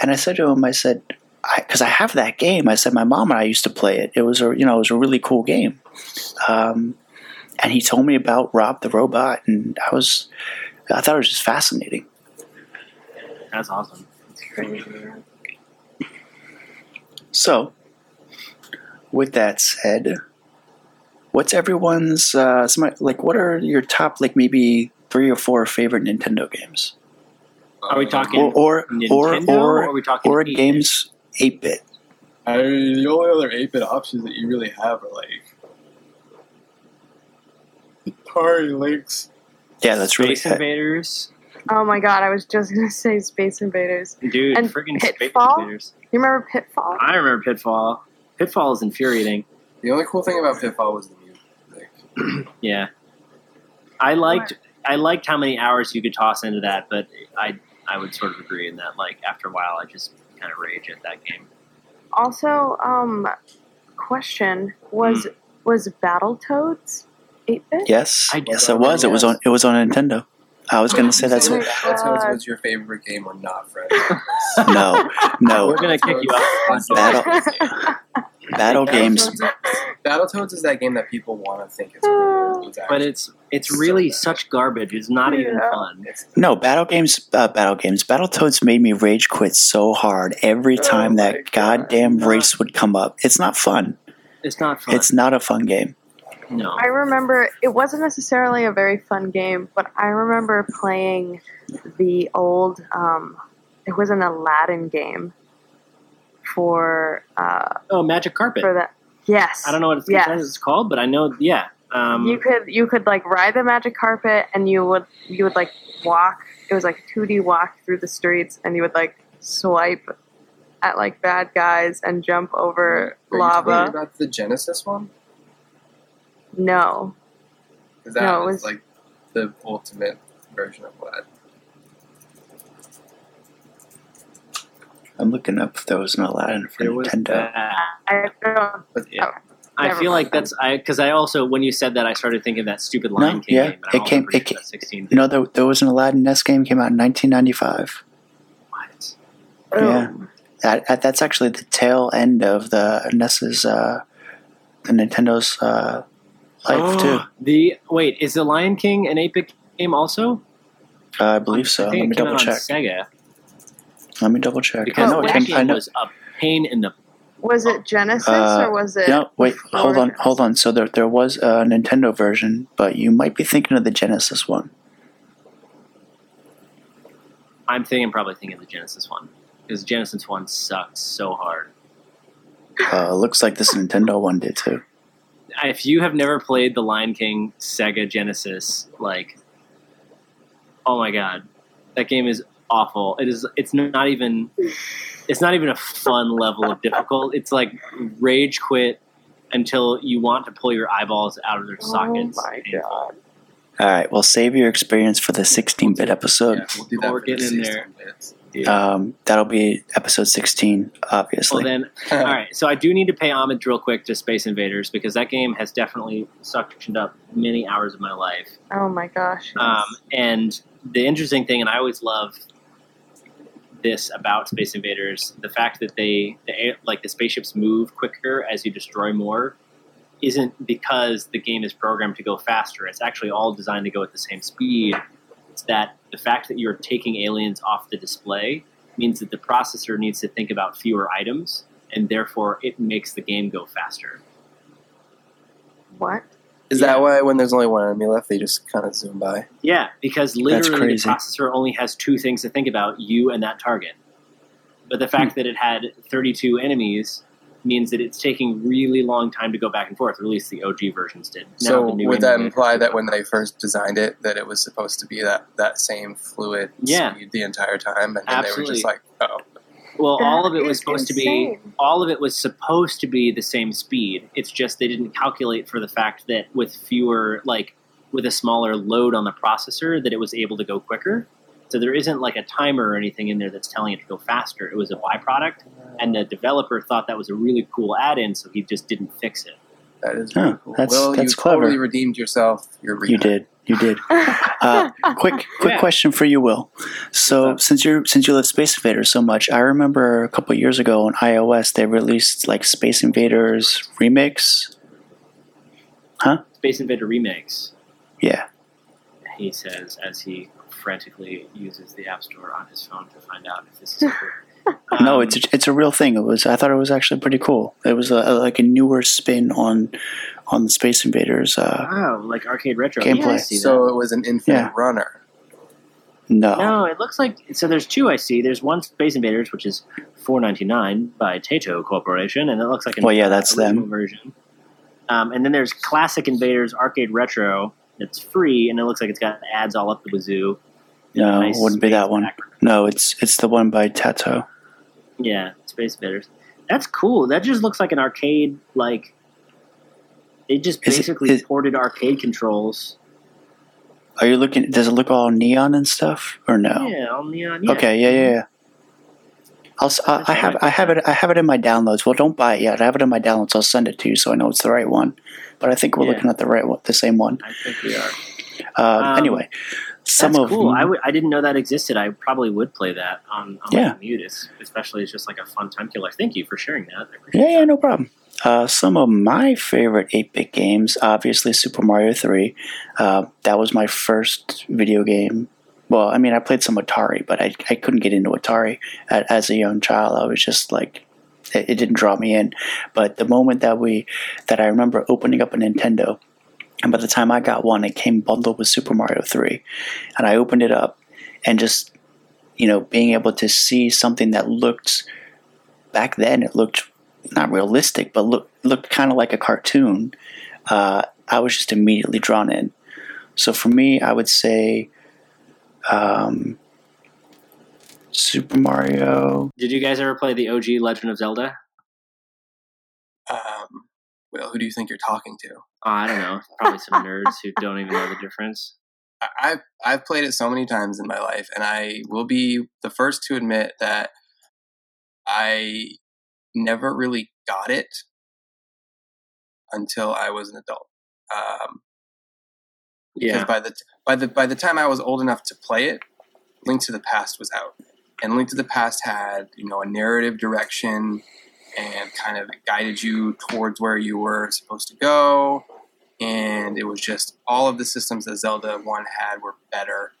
[SPEAKER 4] And I said to him, I said, because I, have that game. I said my mom and I used to play it. It was a, you know, it was a really cool game. Um, and he told me about Rob the robot, and I was, I thought it was just fascinating.
[SPEAKER 3] That's awesome.
[SPEAKER 4] So, with that said, what's everyone's uh, smi- like? What are your top like maybe three or four favorite Nintendo games,
[SPEAKER 3] Are we talking
[SPEAKER 4] or or
[SPEAKER 3] Nintendo,
[SPEAKER 4] or
[SPEAKER 3] are
[SPEAKER 4] or,
[SPEAKER 3] we talking
[SPEAKER 4] or
[SPEAKER 3] 8-bit?
[SPEAKER 4] games eight bit?
[SPEAKER 2] I mean, the only other 8 bit options that you really have are like. Atari Lynx.
[SPEAKER 4] Yeah, that's really
[SPEAKER 3] Space Invaders,
[SPEAKER 5] Oh my god, I was just gonna say Space Invaders.
[SPEAKER 3] dude.
[SPEAKER 5] And
[SPEAKER 3] friggin'
[SPEAKER 5] Pitfall?
[SPEAKER 3] Space Invaders.
[SPEAKER 5] You remember Pitfall?
[SPEAKER 3] I remember Pitfall. Pitfall is infuriating.
[SPEAKER 2] The only cool thing about Pitfall was the music.
[SPEAKER 3] Yeah, I liked I liked how many hours you could toss into that, but I I would sort of agree in that. Like after a while, I just kind of rage at that game.
[SPEAKER 5] Also, um, question was
[SPEAKER 3] Hmm.
[SPEAKER 5] was Battletoads eight bit?
[SPEAKER 4] Yes,
[SPEAKER 3] I
[SPEAKER 4] yes, it was. It was on. It was on Nintendo. I was gonna say that's
[SPEAKER 5] what-
[SPEAKER 2] Battletoads was your favorite game or not, Fred?
[SPEAKER 4] no,
[SPEAKER 3] We're
[SPEAKER 4] no.
[SPEAKER 3] gonna kick you out.
[SPEAKER 4] Battle battle games.
[SPEAKER 2] Battletoads is that game that people want to think is
[SPEAKER 5] Oh.
[SPEAKER 2] cool. It's
[SPEAKER 3] But
[SPEAKER 2] actually-
[SPEAKER 3] it's it's really
[SPEAKER 2] So
[SPEAKER 3] such garbage. It's not even
[SPEAKER 5] Yeah.
[SPEAKER 3] fun.
[SPEAKER 2] it's
[SPEAKER 4] No, battle games. Uh, battle games. Battletoads made me rage quit so hard every
[SPEAKER 5] Oh
[SPEAKER 4] time
[SPEAKER 5] my
[SPEAKER 4] that goddamn
[SPEAKER 3] God.
[SPEAKER 4] race would come up. It's not fun.
[SPEAKER 3] It's not fun.
[SPEAKER 4] It's not a fun game.
[SPEAKER 3] no.
[SPEAKER 5] I remember it wasn't necessarily a very fun game, but I remember playing the old. Um, it was an Aladdin game for uh,
[SPEAKER 3] Oh, Magic Carpet.
[SPEAKER 5] for that. Yes,
[SPEAKER 3] I don't know what it's,
[SPEAKER 5] Yes.
[SPEAKER 3] it's called, but I know. Yeah. Um,
[SPEAKER 5] you could you could like ride the magic carpet and you would you would like walk it was like a 2d walk through the streets and you would like swipe at like bad guys and jump over
[SPEAKER 2] Were you talking
[SPEAKER 5] lava
[SPEAKER 2] about the Genesis one?
[SPEAKER 5] no
[SPEAKER 2] Because that
[SPEAKER 5] No, it
[SPEAKER 2] was,
[SPEAKER 5] was-
[SPEAKER 2] like the ultimate version of what?
[SPEAKER 4] I'm looking up if there was an Aladdin for
[SPEAKER 3] there was
[SPEAKER 4] Nintendo.
[SPEAKER 3] that.
[SPEAKER 5] i don't
[SPEAKER 3] Yeah.
[SPEAKER 5] Okay.
[SPEAKER 3] I
[SPEAKER 5] Never
[SPEAKER 3] feel like
[SPEAKER 5] mind.
[SPEAKER 3] that's I because I also when you said that I started thinking that stupid Lion
[SPEAKER 4] No,
[SPEAKER 3] King
[SPEAKER 4] yeah,
[SPEAKER 3] game. and I
[SPEAKER 4] it
[SPEAKER 3] was
[SPEAKER 4] came-
[SPEAKER 3] pretty
[SPEAKER 4] it
[SPEAKER 3] sure
[SPEAKER 4] ca-
[SPEAKER 3] that's 16
[SPEAKER 4] No, there, there was an Aladdin NES game came out in 1995.
[SPEAKER 3] What? Oh.
[SPEAKER 4] Yeah. That, that- that's actually the tail end of the NES's, uh, the Nintendo's uh, life too.
[SPEAKER 3] Oh, The wait is the Lion King an eight bit game also?
[SPEAKER 4] Uh, I believe so.
[SPEAKER 3] I
[SPEAKER 4] Let
[SPEAKER 3] think
[SPEAKER 4] me
[SPEAKER 3] it came
[SPEAKER 4] double
[SPEAKER 3] out
[SPEAKER 4] check.
[SPEAKER 3] on Sega
[SPEAKER 4] Let me double check. I
[SPEAKER 3] because
[SPEAKER 4] know it
[SPEAKER 3] that
[SPEAKER 4] came. I
[SPEAKER 3] game
[SPEAKER 4] know.
[SPEAKER 3] was a pain in the
[SPEAKER 5] was it genesis
[SPEAKER 4] Uh,
[SPEAKER 5] or was it
[SPEAKER 4] No, wait, hold on,
[SPEAKER 5] Origins?
[SPEAKER 4] hold on. So there, there was a Nintendo version, but you might be thinking of the Genesis one.
[SPEAKER 3] I'm thinking probably thinking the Genesis one because Genesis one sucked so hard.
[SPEAKER 4] Uh, looks like this Nintendo one did too.
[SPEAKER 3] If you have never played the Lion King Sega Genesis, like, oh my god, that game is awful. It is. It's not even. It's not even a fun level of difficult. It's like rage quit until you want to pull your eyeballs out of their sockets.
[SPEAKER 5] Oh my
[SPEAKER 3] Painful.
[SPEAKER 5] god.
[SPEAKER 4] All right, well, save your experience for the 16 bit episode.
[SPEAKER 5] Oh.
[SPEAKER 2] Yeah, we'll do that
[SPEAKER 3] We're
[SPEAKER 2] for the
[SPEAKER 3] getting in there.
[SPEAKER 2] 16 bits.
[SPEAKER 4] Um, that'll be episode 16,
[SPEAKER 3] Well
[SPEAKER 4] obviously.
[SPEAKER 3] then, all right. So I do need to pay homage real quick to Space Invaders because that game has definitely suctioned up many hours of my life.
[SPEAKER 5] Oh my gosh.
[SPEAKER 3] Um, and the interesting thing, and I always love this about Space Invaders, the fact that they, the, air- like the spaceships move quicker as you destroy more, isn't because the game is programmed to go faster. It's actually all designed to go at the same speed. It's that the fact that you're taking aliens off the display means that the processor needs to think about fewer items, and therefore it makes the game go faster.
[SPEAKER 5] what?
[SPEAKER 2] Is that why when there's only one enemy left, they just kind of zoom by?
[SPEAKER 3] Yeah, because literally the
[SPEAKER 4] crazy.
[SPEAKER 3] processor only has two things to think about you and that target. But
[SPEAKER 2] Hmm.
[SPEAKER 3] the fact that it had 32 enemies means that it's taking really long time to go back and forth, or at least the OG versions did. Now
[SPEAKER 2] so
[SPEAKER 3] the new
[SPEAKER 2] would that
[SPEAKER 3] enemy-
[SPEAKER 2] imply that when they first designed it, that it was supposed to be that, that same fluid
[SPEAKER 3] Yeah.
[SPEAKER 2] speed the entire time, and then they were
[SPEAKER 3] Absolutely.
[SPEAKER 2] just like, oh,
[SPEAKER 3] Well, all of
[SPEAKER 5] That
[SPEAKER 3] it was
[SPEAKER 5] is
[SPEAKER 3] supposed to be
[SPEAKER 5] insane.
[SPEAKER 3] all of it was supposed to be the same speed. It's just they didn't calculate for the fact that with fewer like with a smaller load on the processor that it was able to go quicker. So there isn't like a timer or anything in there that's telling it to go faster. It was a byproduct and the developer thought that was a really cool add-in so he just didn't fix it.
[SPEAKER 2] that is
[SPEAKER 4] Oh,
[SPEAKER 2] really cool.
[SPEAKER 4] that's-
[SPEAKER 2] Will,
[SPEAKER 4] that's
[SPEAKER 2] you
[SPEAKER 4] clever.
[SPEAKER 2] totally redeemed yourself. You're
[SPEAKER 4] you did. You did. Uh, quick, quick
[SPEAKER 3] Yeah. Uh-huh.
[SPEAKER 4] question for you, Will. So, since you're since you love Space Invaders so much, I remember a couple years ago on iOS they released like Space Invaders Remix.
[SPEAKER 3] Space Invader remakes,
[SPEAKER 4] Yeah,
[SPEAKER 3] he says as he frantically uses the App Store on his phone to find out if this is true.
[SPEAKER 4] no,
[SPEAKER 3] Um,
[SPEAKER 4] it's a, it's a real thing. It was I thought it was actually pretty cool. It was a, a- like a newer spin on on Space Invaders. Uh,
[SPEAKER 3] Um, Wow, like arcade retro
[SPEAKER 4] Gameplay.
[SPEAKER 3] Yeah, I see
[SPEAKER 2] So it was an infinite
[SPEAKER 4] Yeah.
[SPEAKER 2] runner.
[SPEAKER 4] no,
[SPEAKER 3] that. No,
[SPEAKER 4] Um,
[SPEAKER 3] it looks like so. There's two I see. There's one Space Invaders, which is 4.99 by Taito Corporation, and it looks like an
[SPEAKER 4] Well, yeah, that's
[SPEAKER 3] original
[SPEAKER 4] them.
[SPEAKER 3] version. Um, and then there's Classic Invaders Arcade Retro. That's free, and it looks like it's got ads all up the wazoo.
[SPEAKER 4] no,
[SPEAKER 3] Nice
[SPEAKER 4] it wouldn't be that one.
[SPEAKER 3] back-
[SPEAKER 4] No, it's it's the one by Tato.
[SPEAKER 3] Yeah, Space Invaders. That's cool. That just looks like an arcade. Like they just
[SPEAKER 4] Is it-
[SPEAKER 3] basically
[SPEAKER 4] is-
[SPEAKER 3] ported arcade controls.
[SPEAKER 4] Are you looking? Does it look all neon and stuff, or no?
[SPEAKER 3] Yeah, all neon. Yeah.
[SPEAKER 4] Oh. Okay, yeah, yeah, yeah. I'll, si
[SPEAKER 3] That's
[SPEAKER 4] have
[SPEAKER 3] alright.
[SPEAKER 4] I have it I have it in my downloads. Well, don't buy it yet. I have it in my downloads. I'll send it to you so I know it's the right one. But I think we're
[SPEAKER 3] Yeah.
[SPEAKER 4] looking at the right one, the same one.
[SPEAKER 3] I think we are.
[SPEAKER 4] Uh,
[SPEAKER 3] Um,
[SPEAKER 4] anyway, some
[SPEAKER 3] That's
[SPEAKER 4] of
[SPEAKER 3] cool. I, w- I didn't know that existed. I probably would play that on, on
[SPEAKER 4] Yeah.
[SPEAKER 3] my commute, It's- especially it's just like a fun time killer. Thank you for sharing that. I appreciate
[SPEAKER 4] yeah, yeah,
[SPEAKER 3] that.
[SPEAKER 4] no problem. Uh, some of my favorite 8-bit games, obviously Super Mario 3. Uh, that was my first video game. Well, I mean, I played some Atari, but I, I couldn't get into Atari at, as a young child. I was just like, it, it didn't draw me in. But the moment that we, that I remember opening up a Nintendo, and by the time I got one, it came bundled with Super Mario 3. And I opened it up and just, you know, being able to see something that looked, back then it looked not realistic, but look, looked kind of like a cartoon, uh, I was just immediately drawn in. So for me, I would say um, Super Mario.
[SPEAKER 3] Did you guys ever play the OG Legend of Zelda?
[SPEAKER 2] Um, Will, who do you think you're talking to?
[SPEAKER 3] Oh, I don't know. Probably some nerds who don't even know the difference.
[SPEAKER 2] I- I've I've played it so many times in my life, and I will be the first to admit that I never really got it until I was an adult. Um, because
[SPEAKER 3] Yeah.
[SPEAKER 2] by the t- by the by the time I was old enough to play it, Link to the Past was out, and Link to the Past had you know a narrative direction and kind of guided you towards where you were supposed to go, and it was just all of the systems that Zelda One had were better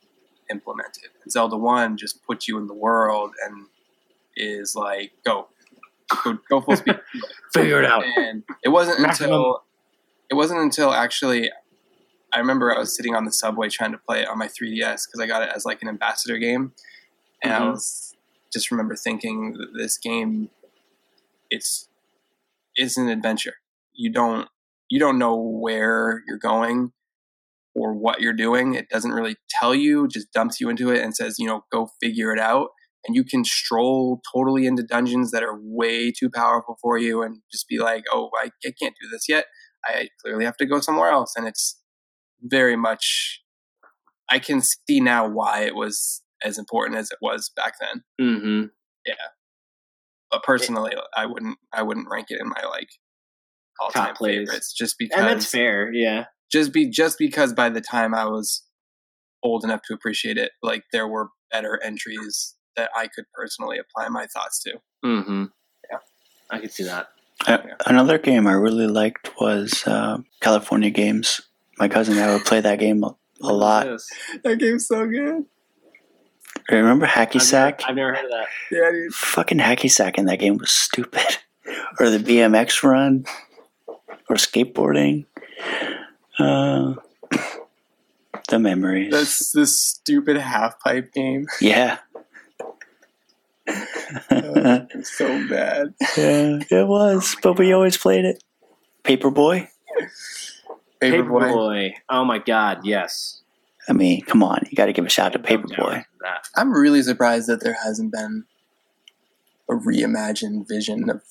[SPEAKER 2] implemented. Zelda One just puts you in the world and is like go go go full speed.
[SPEAKER 3] Figure it out.
[SPEAKER 2] And it wasn't
[SPEAKER 3] Maximum.
[SPEAKER 2] until it wasn't until actually I remember I was sitting on the subway trying to play it on my 3DS because I got it as like an ambassador game, and I
[SPEAKER 3] Mhm.
[SPEAKER 2] was just remember thinking that this game it's it's an adventure. You don't you don't know where you're going or what you're doing. It doesn't really tell you, just dumps you into it and says, you know, go figure it out. And you can stroll totally into dungeons that are way too powerful for you and just be like, oh, I, I can't do this yet. I clearly have to go somewhere else. And it's very much, I can see now why it was as important as it was back then.
[SPEAKER 3] Mm-hmm.
[SPEAKER 2] But personally, I wouldn't, I wouldn't rank it in my like all time
[SPEAKER 3] Top plays.
[SPEAKER 2] favorites just because
[SPEAKER 3] And that's fair. Yeah.
[SPEAKER 2] just be just because by the time I was old enough to appreciate it, like there were better entries that I could personally apply my thoughts to.
[SPEAKER 3] Mm-hmm.
[SPEAKER 2] Yeah.
[SPEAKER 3] I could see that.
[SPEAKER 4] Uh, another game I really liked was uh, California Games. My cousin and I would play that game a, a lot.
[SPEAKER 3] Yes.
[SPEAKER 2] That game's so good.
[SPEAKER 4] Remember Hacky
[SPEAKER 3] I've
[SPEAKER 4] Sack?
[SPEAKER 3] never- I've never heard of that.
[SPEAKER 2] Yeah, dude.
[SPEAKER 4] Fucking Hacky Sack in that game was stupid. or the BMX run, or skateboarding. Uh, the memories.
[SPEAKER 2] That's this stupid half pipe game.
[SPEAKER 4] yeah. yeah,
[SPEAKER 2] It's so bad.
[SPEAKER 4] it was, but we always played it. Paperboy?
[SPEAKER 2] Paperboy.
[SPEAKER 3] Paperboy. Oh my God! Yes.
[SPEAKER 4] I mean, come on, you got to give a shout out to
[SPEAKER 3] I'm down
[SPEAKER 4] Paperboy.
[SPEAKER 3] with That.
[SPEAKER 2] I'm really surprised that there hasn't been a reimagined vision of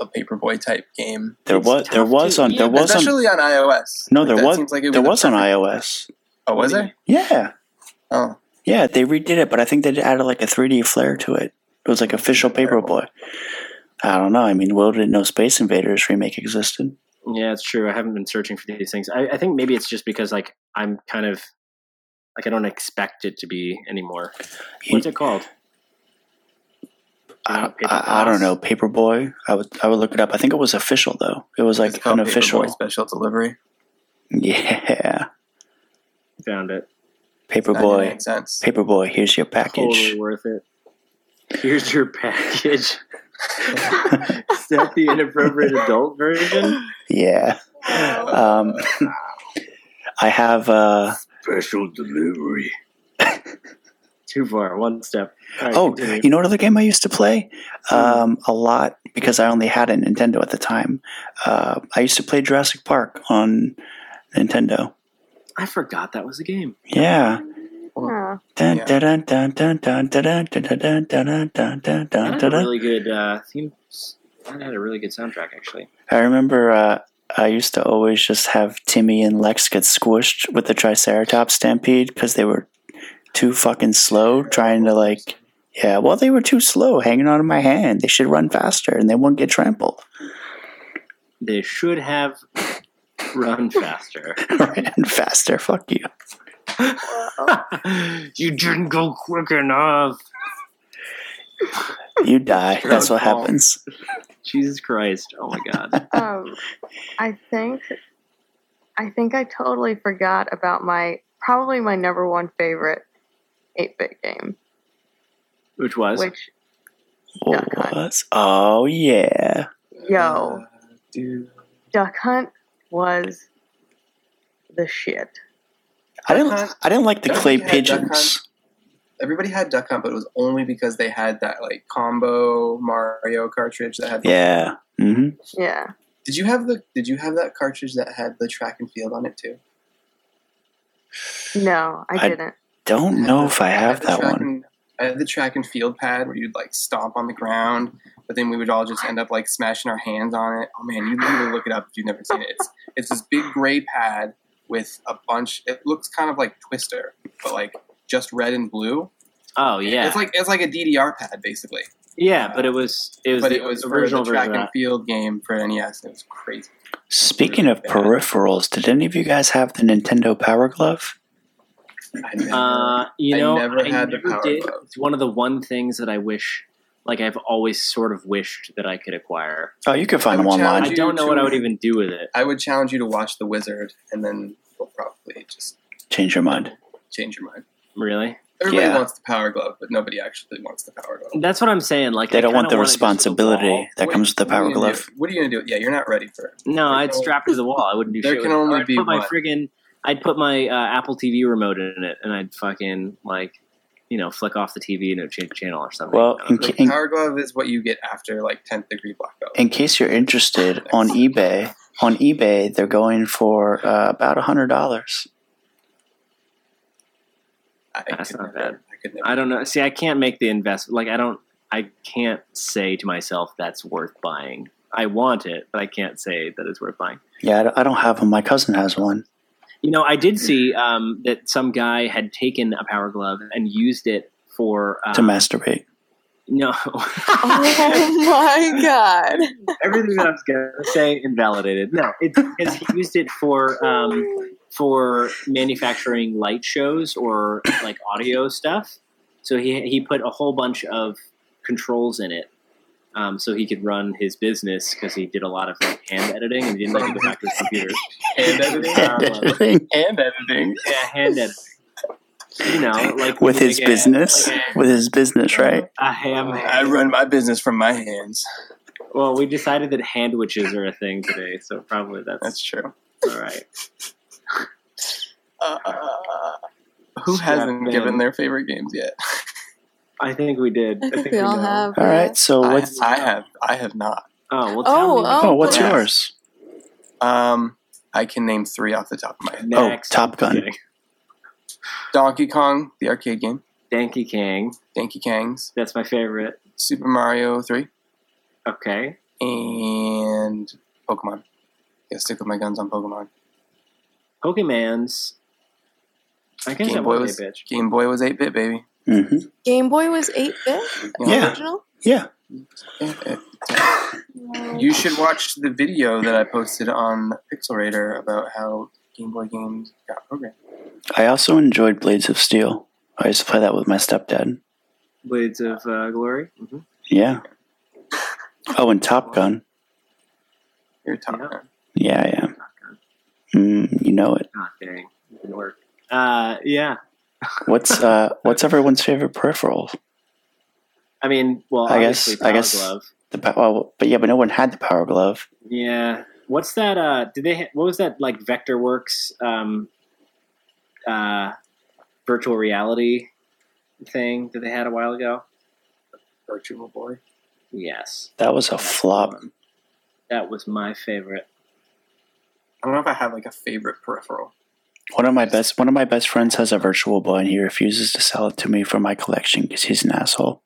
[SPEAKER 2] a Paperboy type game,
[SPEAKER 4] There
[SPEAKER 3] It's
[SPEAKER 4] was, there
[SPEAKER 3] tough
[SPEAKER 4] was
[SPEAKER 3] to-
[SPEAKER 4] on,
[SPEAKER 3] yeah,
[SPEAKER 4] there was on,
[SPEAKER 2] especially on iOS.
[SPEAKER 4] no,
[SPEAKER 2] Like,
[SPEAKER 4] there
[SPEAKER 2] that
[SPEAKER 4] was,
[SPEAKER 2] seems like it
[SPEAKER 4] there
[SPEAKER 2] the
[SPEAKER 4] was on
[SPEAKER 2] perfect-
[SPEAKER 4] iOS.
[SPEAKER 2] Oh, was
[SPEAKER 3] What do
[SPEAKER 2] there?
[SPEAKER 4] Yeah,
[SPEAKER 2] Oh,
[SPEAKER 4] yeah, they redid it, but I think they added like a 3D flair to it. It was like official Paperboy. I don't know. I mean, little did know Space Invaders remake existed.
[SPEAKER 3] Yeah, it's true. I haven't been searching for these things. I, I think maybe it's just because like I'm kind of like I don't expect it to be anymore. What's it called?
[SPEAKER 4] I, I, I don't know. Paperboy. I would, I would look it up. I think it was official though. It was
[SPEAKER 2] it's
[SPEAKER 4] like
[SPEAKER 2] called
[SPEAKER 4] an official.
[SPEAKER 2] Paperboy Special Delivery.
[SPEAKER 4] Yeah,
[SPEAKER 3] Found it.
[SPEAKER 4] Paperboy.
[SPEAKER 2] 99 cents.
[SPEAKER 4] Paperboy. Here's your package.
[SPEAKER 3] Totally worth it. Here's your package. Is that the inappropriate adult version?
[SPEAKER 4] Yeah. Um, I have. Uh,
[SPEAKER 3] Special delivery. Too far. One step. All right,
[SPEAKER 4] Oh,
[SPEAKER 3] continue.
[SPEAKER 4] you know what other game I used to play um, a lot because I only had a Nintendo at the time. Uh, I used to play Jurassic Park on Nintendo.
[SPEAKER 3] I forgot that was a game.
[SPEAKER 4] Yeah.
[SPEAKER 5] Yeah.
[SPEAKER 4] Dun,
[SPEAKER 2] Yeah.
[SPEAKER 4] dun, dun, dun, dun, dun, dun, dun, dun, dun, dun, dun, dun,
[SPEAKER 3] That
[SPEAKER 4] dun,
[SPEAKER 3] had a
[SPEAKER 4] dun, dun.
[SPEAKER 3] really good uh, theme. That had a really good soundtrack, actually.
[SPEAKER 4] I remember uh, I used to always just have Timmy and Lex get squished with the Triceratops stampede because they were too fucking slow trying to like. Yeah, well, they were too slow hanging onto my hand. They should run faster and they won't get trampled.
[SPEAKER 3] They should have run faster.
[SPEAKER 4] Ran faster. Fuck you.
[SPEAKER 3] you didn't go quick enough.
[SPEAKER 4] You die. That's what
[SPEAKER 3] Roadblock.
[SPEAKER 4] happens.
[SPEAKER 3] Jesus Christ! Oh my God!
[SPEAKER 5] um, I think I think I totally forgot about my probably my number one favorite eight bit game,
[SPEAKER 3] Which was
[SPEAKER 5] which
[SPEAKER 4] What
[SPEAKER 5] Duck Hunt.
[SPEAKER 4] was? Oh yeah.
[SPEAKER 5] yo
[SPEAKER 2] Uh, dude.
[SPEAKER 5] Duck Hunt was the shit.
[SPEAKER 4] I didn't.
[SPEAKER 2] Hunt.
[SPEAKER 4] I didn't like the
[SPEAKER 2] Duck
[SPEAKER 4] clay
[SPEAKER 2] Hunt had Duck
[SPEAKER 4] pigeons.
[SPEAKER 2] Everybody had Duck Hunt, but it was only because they had that like combo Mario cartridge that had.
[SPEAKER 4] Yeah. hmm
[SPEAKER 5] Yeah,
[SPEAKER 2] Did you have the? Did you have that cartridge that had the track and field on it too?
[SPEAKER 5] no, I,
[SPEAKER 4] I-
[SPEAKER 5] didn't.
[SPEAKER 4] Don't
[SPEAKER 2] had
[SPEAKER 4] know
[SPEAKER 2] the-
[SPEAKER 4] if I
[SPEAKER 2] had
[SPEAKER 4] have
[SPEAKER 2] the
[SPEAKER 4] that
[SPEAKER 2] track
[SPEAKER 4] one.
[SPEAKER 2] and- I had the track and field pad where you'd like stomp on the ground, but then we would all just end up like smashing our hands on it. Oh man, you need to look it up if you've never seen it. It's, it's this big gray pad with a bunch. It looks kind of like Twister, but like just red and blue.
[SPEAKER 3] oh yeah,
[SPEAKER 2] It's like it's like a DDR pad basically.
[SPEAKER 3] yeah, but it was it was
[SPEAKER 2] but
[SPEAKER 3] the
[SPEAKER 2] it was
[SPEAKER 3] original
[SPEAKER 2] for the track
[SPEAKER 3] version. of
[SPEAKER 2] and field game for NES. It was crazy.
[SPEAKER 4] Speaking of
[SPEAKER 2] Yeah.
[SPEAKER 4] peripherals, did any of you guys have the Nintendo Power Glove?
[SPEAKER 2] I
[SPEAKER 3] that.
[SPEAKER 2] never,
[SPEAKER 3] Uh, you know,
[SPEAKER 2] I never had
[SPEAKER 3] never
[SPEAKER 2] the power
[SPEAKER 3] did.
[SPEAKER 2] glove.
[SPEAKER 3] It's one of the one things that I wish, like I've always sort of wished that I could acquire.
[SPEAKER 4] Oh, you can find
[SPEAKER 2] I
[SPEAKER 4] them
[SPEAKER 2] would
[SPEAKER 4] online.
[SPEAKER 2] challenge
[SPEAKER 3] I don't know what I would even do with it.
[SPEAKER 2] I would challenge you to watch The Wizard, and then we'll probably just
[SPEAKER 4] Change your mind.
[SPEAKER 2] change your mind.
[SPEAKER 3] Really,
[SPEAKER 2] Everybody
[SPEAKER 4] Yeah.
[SPEAKER 2] wants the power glove, but nobody actually wants the power glove.
[SPEAKER 3] that's what I'm saying. Like
[SPEAKER 4] They
[SPEAKER 3] I
[SPEAKER 4] don't want
[SPEAKER 3] kinda
[SPEAKER 4] the
[SPEAKER 3] want it just for
[SPEAKER 4] responsibility
[SPEAKER 3] wall.
[SPEAKER 4] that
[SPEAKER 2] What-
[SPEAKER 4] comes with the
[SPEAKER 2] what are you
[SPEAKER 4] Power
[SPEAKER 2] gonna
[SPEAKER 4] Glove.
[SPEAKER 2] do? What are you gonna do? Yeah, you're not ready for it.
[SPEAKER 3] No,
[SPEAKER 2] There
[SPEAKER 3] I'd
[SPEAKER 2] can-
[SPEAKER 3] strap it to the wall. I wouldn't do
[SPEAKER 2] there
[SPEAKER 3] shit.
[SPEAKER 2] can
[SPEAKER 3] with it.
[SPEAKER 2] only
[SPEAKER 3] I'd
[SPEAKER 2] be
[SPEAKER 3] put my
[SPEAKER 2] one.
[SPEAKER 3] friggin' I'd put my uh, Apple TV remote in it, and I'd fucking like, you know, flick off the TV and it would change the channel or something.
[SPEAKER 4] Well,
[SPEAKER 3] I
[SPEAKER 4] in,
[SPEAKER 3] don't know.
[SPEAKER 4] ca-
[SPEAKER 2] The
[SPEAKER 4] in,
[SPEAKER 2] power glove is what you get after like 10th degree black belt.
[SPEAKER 4] in case you're interested, on eBay, on eBay they're going for uh, about a hundred dollars.
[SPEAKER 2] I
[SPEAKER 3] That's
[SPEAKER 2] could
[SPEAKER 3] not
[SPEAKER 2] never-
[SPEAKER 3] bad.
[SPEAKER 2] I could never.
[SPEAKER 3] I don't know. See, I can't make the investment. Like, I don't. I can't say to myself that's worth buying. I want it, but I can't say that it's worth buying.
[SPEAKER 4] Yeah, I don't- I don't have one. My cousin has one.
[SPEAKER 3] You know, I did see um, that some guy had taken a power glove and used it for uh,
[SPEAKER 4] to
[SPEAKER 2] Ah.
[SPEAKER 4] masturbate.
[SPEAKER 3] No,
[SPEAKER 5] Oh my god.
[SPEAKER 3] everything that I was gonna say invalidated. No, it's it's he used it for um, for manufacturing light shows or like audio stuff. So he he put a whole bunch of controls in it, um, so he could run his business because he did a lot of like hand editing and he didn't like to go back to his computer.
[SPEAKER 2] Hand editing.
[SPEAKER 4] Editing
[SPEAKER 2] Hand editing.
[SPEAKER 3] Yeah, hand editing. You know, like
[SPEAKER 4] with
[SPEAKER 3] like
[SPEAKER 4] his
[SPEAKER 3] a-
[SPEAKER 4] business,
[SPEAKER 3] like a-
[SPEAKER 4] with his business, right?
[SPEAKER 3] a ham.
[SPEAKER 2] I run my business from my hands.
[SPEAKER 3] Well, we decided that handwiches are a thing today, so probably
[SPEAKER 2] That's
[SPEAKER 3] that's
[SPEAKER 2] true.
[SPEAKER 3] all right.
[SPEAKER 2] Uh, who
[SPEAKER 3] Strap
[SPEAKER 2] hasn't
[SPEAKER 3] in.
[SPEAKER 2] given their favorite games yet?
[SPEAKER 3] I think we did. I think,
[SPEAKER 5] we all
[SPEAKER 3] know.
[SPEAKER 5] have.
[SPEAKER 4] All right. So
[SPEAKER 2] I,
[SPEAKER 4] what's
[SPEAKER 2] I have. I have not.
[SPEAKER 3] Oh well.
[SPEAKER 5] Oh,
[SPEAKER 3] Tell
[SPEAKER 4] oh, what's
[SPEAKER 2] yeah.
[SPEAKER 4] yours?
[SPEAKER 2] Um, I can name three off the top of my head.
[SPEAKER 3] me.
[SPEAKER 4] oh,
[SPEAKER 3] Next.
[SPEAKER 4] Top Gun.
[SPEAKER 3] Kidding.
[SPEAKER 2] Donkey Kong, the arcade game.
[SPEAKER 3] Danky Kang.
[SPEAKER 2] Donkey Kangs.
[SPEAKER 3] That's my favorite.
[SPEAKER 2] Super Mario 3.
[SPEAKER 3] Okay.
[SPEAKER 2] And Pokemon. Gotta stick with my guns on Pokemon.
[SPEAKER 3] Pokemon's. I guess
[SPEAKER 2] Game
[SPEAKER 3] I
[SPEAKER 2] Boy
[SPEAKER 3] was
[SPEAKER 2] was
[SPEAKER 3] a bitch.
[SPEAKER 2] Game Boy was 8 bit, baby.
[SPEAKER 4] hmm
[SPEAKER 5] Game Boy was 8 bit?
[SPEAKER 2] You know,
[SPEAKER 4] Yeah.
[SPEAKER 5] Original?
[SPEAKER 4] Yeah.
[SPEAKER 2] it- it- You should watch the video that I posted on Pixelrator about how Game Boy games got programmed.
[SPEAKER 4] I also enjoyed Blades of Steel. I used to play that with my stepdad.
[SPEAKER 3] Blades of uh, Glory. hmm
[SPEAKER 4] Yeah. Oh, and Top Gun.
[SPEAKER 2] Your top
[SPEAKER 3] Yeah.
[SPEAKER 2] ten.
[SPEAKER 4] Yeah, yeah. Mm, you know it.
[SPEAKER 3] God Ah, dang, it didn't work. Uh, yeah.
[SPEAKER 4] What's uh, what's everyone's favorite peripheral?
[SPEAKER 3] I mean, well,
[SPEAKER 4] I guess-
[SPEAKER 3] obviously
[SPEAKER 4] I
[SPEAKER 3] Power
[SPEAKER 4] guess-
[SPEAKER 3] Glove.
[SPEAKER 4] The pa- well, but yeah, but no one had the Power Glove.
[SPEAKER 3] Yeah. What's that? Uh, did they? Ha- what was that like? VectorWorks, um, uh, virtual reality thing that they had a while ago.
[SPEAKER 2] Virtual Boy.
[SPEAKER 3] Yes,
[SPEAKER 4] That was a flop.
[SPEAKER 3] that was my favorite.
[SPEAKER 2] I don't know if I have like a favorite peripheral.
[SPEAKER 4] One of my best one of my best friends has a Virtual Boy, and he refuses to sell it to me for my collection because he's an asshole.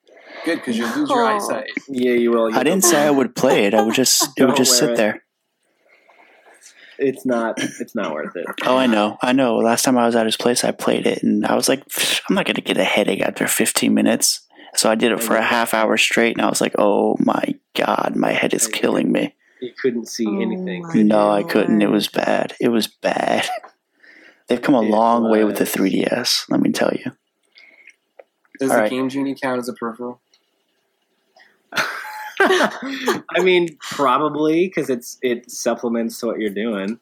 [SPEAKER 2] Good, because you lose your
[SPEAKER 5] Oh.
[SPEAKER 2] eyesight.
[SPEAKER 3] Yeah, you will.
[SPEAKER 4] I didn't say I would play it. I would just it would
[SPEAKER 3] Don't
[SPEAKER 4] just
[SPEAKER 3] wear
[SPEAKER 4] sit
[SPEAKER 3] it.
[SPEAKER 4] there.
[SPEAKER 3] It's not. It's not worth it.
[SPEAKER 4] Oh, I know, I know. Last time I was at his place, I played it, and I was like, I'm not gonna get a headache after 15 minutes. So I did it for a half hour straight, and I was like, oh my god, my head is killing me.
[SPEAKER 3] You couldn't see
[SPEAKER 5] Oh
[SPEAKER 3] anything.
[SPEAKER 5] my-
[SPEAKER 4] No, I couldn't. It was bad. It was bad. They've come a
[SPEAKER 3] It
[SPEAKER 4] long way with the
[SPEAKER 3] was.
[SPEAKER 4] 3DS. Let me tell you.
[SPEAKER 2] Does
[SPEAKER 4] All
[SPEAKER 2] the
[SPEAKER 4] right.
[SPEAKER 2] Game Genie count as a peripheral?
[SPEAKER 3] I mean, probably because it's it supplements what you're doing.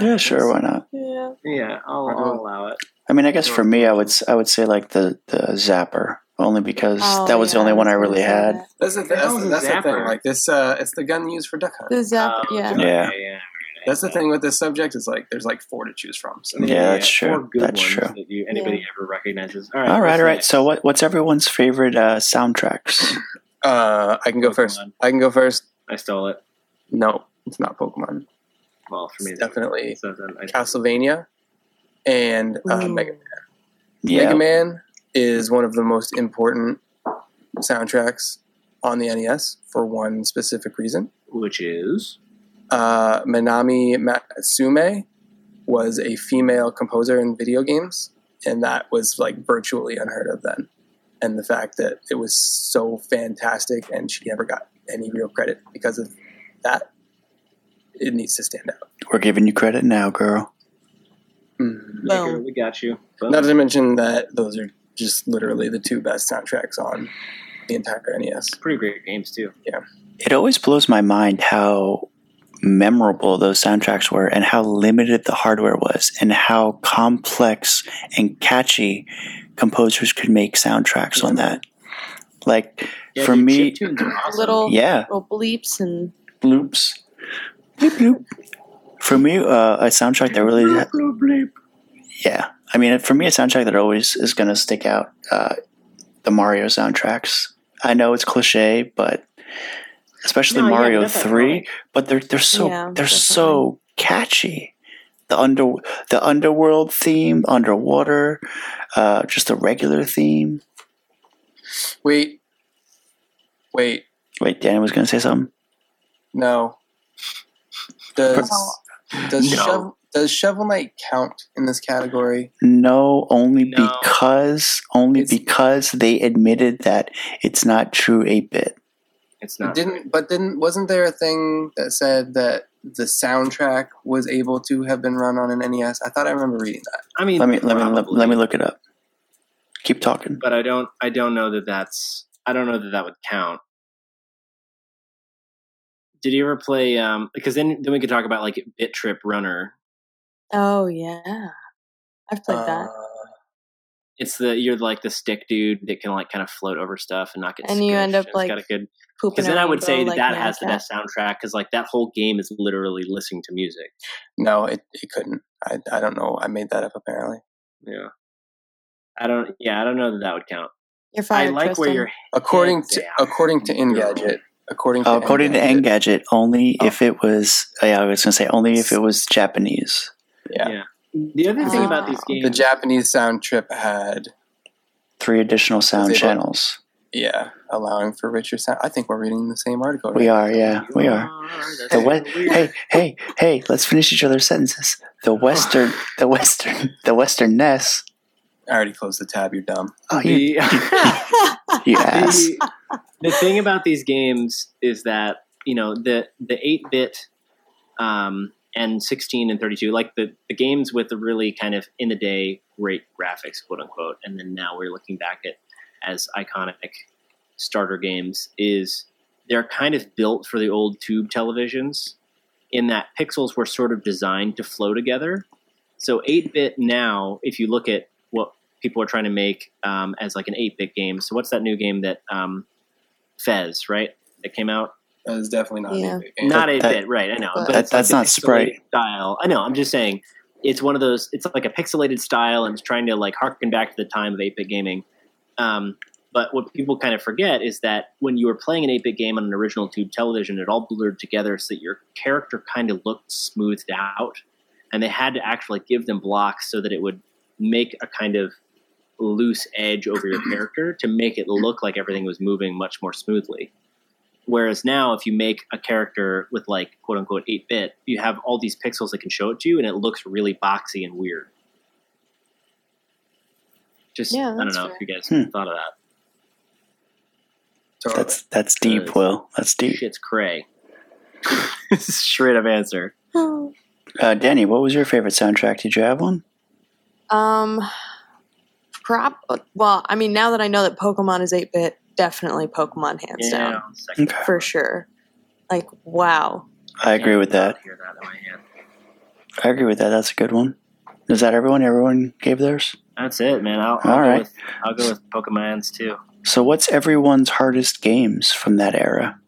[SPEAKER 4] Yeah, sure, why not?
[SPEAKER 5] Yeah.
[SPEAKER 3] Yeah, I'll,
[SPEAKER 2] Uh-huh.
[SPEAKER 3] I'll allow it.
[SPEAKER 4] I mean, I guess for me, I would s- I would say like the the Zapper, only because
[SPEAKER 5] Oh,
[SPEAKER 4] that was the
[SPEAKER 5] yeah,
[SPEAKER 4] only one I
[SPEAKER 5] was gonna
[SPEAKER 4] really
[SPEAKER 5] say
[SPEAKER 4] had.
[SPEAKER 5] that.
[SPEAKER 2] That's the, th-
[SPEAKER 3] That
[SPEAKER 2] that's,
[SPEAKER 3] was
[SPEAKER 2] the,
[SPEAKER 3] a
[SPEAKER 2] that's the thing.
[SPEAKER 3] zapper.
[SPEAKER 2] Like this, uh, it's the gun used for duck
[SPEAKER 5] The
[SPEAKER 2] hunting.
[SPEAKER 5] Zapper,
[SPEAKER 3] Um,
[SPEAKER 5] yeah.
[SPEAKER 4] Yeah.
[SPEAKER 3] yeah.
[SPEAKER 2] That's the thing with this subject is like there's like four to choose from. So
[SPEAKER 4] Yeah, that's true.
[SPEAKER 3] Four good
[SPEAKER 4] That's
[SPEAKER 3] ones
[SPEAKER 4] true.
[SPEAKER 3] That you, anybody ever recognizes. All right,
[SPEAKER 4] All right,
[SPEAKER 3] what's
[SPEAKER 4] all right.
[SPEAKER 3] next?
[SPEAKER 4] So what what's everyone's favorite uh, soundtracks?
[SPEAKER 2] uh, I can go first.
[SPEAKER 3] Pokemon.
[SPEAKER 2] I can go first.
[SPEAKER 3] I stole it.
[SPEAKER 2] No, it's not Pokemon.
[SPEAKER 3] Well, for me,
[SPEAKER 2] It's definitely
[SPEAKER 3] So then I,
[SPEAKER 2] Castlevania and uh,
[SPEAKER 5] Ooh.
[SPEAKER 2] Mega Man.
[SPEAKER 4] Yeah,
[SPEAKER 2] Mega Man is one of the most important soundtracks on the NES for one specific reason.
[SPEAKER 3] which is
[SPEAKER 2] Uh, Manami Matsume was a female composer in video games, and that was like virtually unheard of then. And the fact that it was so fantastic and she never got any real credit because of that, it needs to stand out.
[SPEAKER 4] we're giving you credit now, girl.
[SPEAKER 3] Mm-hmm.
[SPEAKER 2] Mhm.
[SPEAKER 5] Boom.
[SPEAKER 3] we got you. Boom.
[SPEAKER 2] Not to mention that those are just literally the two best soundtracks on the entire E NES.
[SPEAKER 3] pretty great games too.
[SPEAKER 4] It always blows my mind how memorable those soundtracks were and how limited the hardware was and how complex and catchy composers could make soundtracks on that. Like
[SPEAKER 3] Yeah,
[SPEAKER 4] for
[SPEAKER 3] dude,
[SPEAKER 4] me,
[SPEAKER 3] chiptunes are awesome.
[SPEAKER 5] Little
[SPEAKER 4] yeah.
[SPEAKER 5] little bleeps and
[SPEAKER 4] bloops. Bloop bloop. For me, uh, a soundtrack that really yeah. I mean, for me, a soundtrack that always is going to stick out uh, the Mario soundtracks. I know it's cliche, but especially
[SPEAKER 3] No, yeah,
[SPEAKER 4] Mario
[SPEAKER 3] they're not that
[SPEAKER 4] Three,
[SPEAKER 3] iconic.
[SPEAKER 4] but they're they're so
[SPEAKER 5] Yeah,
[SPEAKER 4] they're so catchy. the under the underworld theme, underwater, uh, just a regular theme.
[SPEAKER 2] Wait, wait,
[SPEAKER 4] Wait, Danny was going to say something.
[SPEAKER 2] no. Does does
[SPEAKER 3] No.
[SPEAKER 2] Shovel, does Shovel Knight count in this category?
[SPEAKER 4] No, only
[SPEAKER 3] No.
[SPEAKER 4] because only
[SPEAKER 2] It's-
[SPEAKER 4] because they admitted that it's not true eight bit.
[SPEAKER 3] It's not.
[SPEAKER 2] Didn't but didn't wasn't there a thing that said that the soundtrack was able to have been run on an NES? I thought I remember reading that.
[SPEAKER 3] I mean,
[SPEAKER 4] Let me let me let,
[SPEAKER 3] probably,
[SPEAKER 4] let me look it up. Keep talking.
[SPEAKER 3] But I don't. I don't know that that's. I don't know that that would count. Did you ever play? Um, because then then we could talk about like Bit Trip Runner.
[SPEAKER 5] Oh yeah, I've played that.
[SPEAKER 2] Uh,
[SPEAKER 3] It's the you're like the stick dude that can like kind of float over stuff and not get.
[SPEAKER 5] And you
[SPEAKER 3] squished.
[SPEAKER 5] end up,
[SPEAKER 3] It's
[SPEAKER 5] like,
[SPEAKER 3] got a good.
[SPEAKER 5] Pooping
[SPEAKER 3] Because then I
[SPEAKER 5] around
[SPEAKER 3] would
[SPEAKER 5] the
[SPEAKER 3] say
[SPEAKER 5] bowl
[SPEAKER 3] that
[SPEAKER 5] like
[SPEAKER 3] that
[SPEAKER 5] an
[SPEAKER 3] has the
[SPEAKER 5] cat.
[SPEAKER 3] best soundtrack because like that whole game is literally listening to music.
[SPEAKER 2] no, it, it couldn't. I, I don't know. I made that up apparently.
[SPEAKER 3] Yeah. I don't. Yeah, I don't know that that would count.
[SPEAKER 5] You're fired,
[SPEAKER 3] I like where
[SPEAKER 5] Tristan.
[SPEAKER 3] you're.
[SPEAKER 2] According to
[SPEAKER 3] Damn.
[SPEAKER 2] according to Engadget, according to
[SPEAKER 4] Uh, according to
[SPEAKER 2] Engadget,
[SPEAKER 4] Engadget, only
[SPEAKER 2] Oh.
[SPEAKER 4] if it was oh, yeah, I was going to say only if it was Japanese.
[SPEAKER 2] yeah,
[SPEAKER 3] Yeah. The other thing about these
[SPEAKER 5] Wow.
[SPEAKER 3] games,
[SPEAKER 2] the Japanese sound trip had
[SPEAKER 4] Three additional sound
[SPEAKER 2] Is it-
[SPEAKER 4] channels.
[SPEAKER 2] yeah allowing for richer sound. I think we're reading the same article.
[SPEAKER 4] We are, yeah, we are.
[SPEAKER 5] Ah,
[SPEAKER 3] That's
[SPEAKER 4] The West,
[SPEAKER 3] weird.
[SPEAKER 4] hey, hey, hey! Let's finish each other's sentences. The Western, the Western, the Western Ness.
[SPEAKER 2] I already closed the tab. You're dumb.
[SPEAKER 4] Oh, you,
[SPEAKER 3] The,
[SPEAKER 4] you ass!
[SPEAKER 3] the, the thing about these games is that you know the the eight bit um, and sixteen and thirty two, like the the games with the really kind of in the day great graphics, quote unquote, and then now we're looking back at as iconic starter games is they're kind of built for the old tube televisions in that pixels were sort of designed to flow together. So 8 bit now, if you look at what people are trying to make um, as like an 8 bit game, so what's that new game that um, Fez, right? That came out?
[SPEAKER 2] That is definitely not
[SPEAKER 5] Yeah.
[SPEAKER 2] an eight-bit game.
[SPEAKER 3] Not
[SPEAKER 4] That-
[SPEAKER 3] 8
[SPEAKER 4] that-
[SPEAKER 3] bit, right, I know.
[SPEAKER 5] that-
[SPEAKER 3] it's
[SPEAKER 4] that's
[SPEAKER 3] like
[SPEAKER 4] not
[SPEAKER 3] the
[SPEAKER 4] Sprite.
[SPEAKER 3] pixelated Style. I know, I'm just saying it's one of those, it's like a pixelated style and it's trying to like harken back to the time of 8 bit gaming. Um, but what people kind of forget is that when you were playing an 8 bit game on an original tube television, it all blurred together so that your character kind of looked smoothed out. And they had to actually give them blocks so that it would make a kind of loose edge over your character to make it look like everything was moving much more smoothly. Whereas now, if you make a character with like quote unquote 8 bit, you have all these pixels that can show it to you and it looks really boxy and weird. Just,
[SPEAKER 5] Yeah,
[SPEAKER 3] I don't
[SPEAKER 5] that's
[SPEAKER 3] know
[SPEAKER 5] fair.
[SPEAKER 3] if you guys
[SPEAKER 4] Hmm.
[SPEAKER 3] thought of that.
[SPEAKER 2] Totally.
[SPEAKER 4] That's that's deep, Will. That's deep.
[SPEAKER 3] Shit's cray. Straight up answer.
[SPEAKER 5] Oh.
[SPEAKER 4] Uh, Danny, what was your favorite soundtrack? Did you have one?
[SPEAKER 5] Um, prop. Well, I mean, now that I know that Pokemon is eight bit, definitely Pokemon hands down
[SPEAKER 3] second
[SPEAKER 4] Okay.
[SPEAKER 5] for sure. Like, wow.
[SPEAKER 4] I agree with that.
[SPEAKER 3] Hear that in my hand.
[SPEAKER 4] I agree with that. That's a good one. Is that everyone? Everyone gave theirs.
[SPEAKER 3] That's it, man. I'll, I'll
[SPEAKER 4] All
[SPEAKER 3] go
[SPEAKER 4] right.
[SPEAKER 3] with I'll go with Pokemon's too.
[SPEAKER 4] So, what's everyone's hardest games from that era?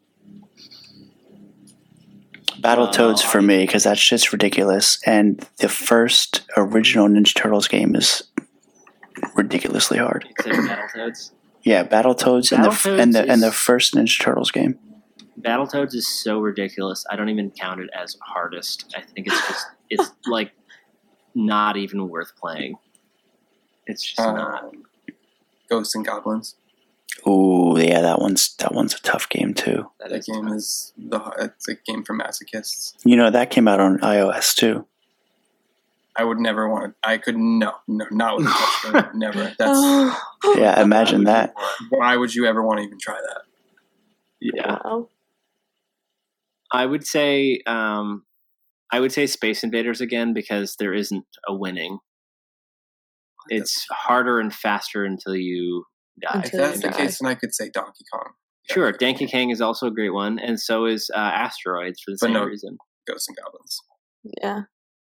[SPEAKER 4] Battletoads
[SPEAKER 3] Uh,
[SPEAKER 4] for me, because that shit's ridiculous. And the first original Ninja Turtles game is ridiculously hard.
[SPEAKER 3] You said Battletoads.
[SPEAKER 4] Yeah, Battletoads, and the f- and the
[SPEAKER 3] Battletoads
[SPEAKER 4] and the
[SPEAKER 3] is-
[SPEAKER 4] first Ninja Turtles game.
[SPEAKER 3] Battletoads is so ridiculous. I don't even count it as hardest. I think it's just it's like not even worth playing. It's just not.
[SPEAKER 2] um, Ghosts and Goblins.
[SPEAKER 4] Ooh, yeah, that one's that one's a tough game too.
[SPEAKER 3] That
[SPEAKER 2] That
[SPEAKER 3] is
[SPEAKER 2] game is the it's a game for masochists.
[SPEAKER 4] You know that came out on iOS too.
[SPEAKER 2] I would never want. I could no no not with a touchscreen. never. That's
[SPEAKER 5] Oh,
[SPEAKER 4] Yeah, imagine that.
[SPEAKER 2] why would you ever want to even try that?
[SPEAKER 3] yeah.
[SPEAKER 5] wow.
[SPEAKER 3] I would say um, I would say Space Invaders again because there isn't a winning. It's harder and faster until you die.
[SPEAKER 2] If
[SPEAKER 5] Until
[SPEAKER 2] that's the
[SPEAKER 5] die.
[SPEAKER 2] case, then I could say Donkey Kong.
[SPEAKER 3] Sure, Danky Kang is also a great one, and so is uh, Asteroids for the
[SPEAKER 2] But
[SPEAKER 3] same
[SPEAKER 2] no.
[SPEAKER 3] reason.
[SPEAKER 2] Ghosts and Goblins.
[SPEAKER 5] Yeah.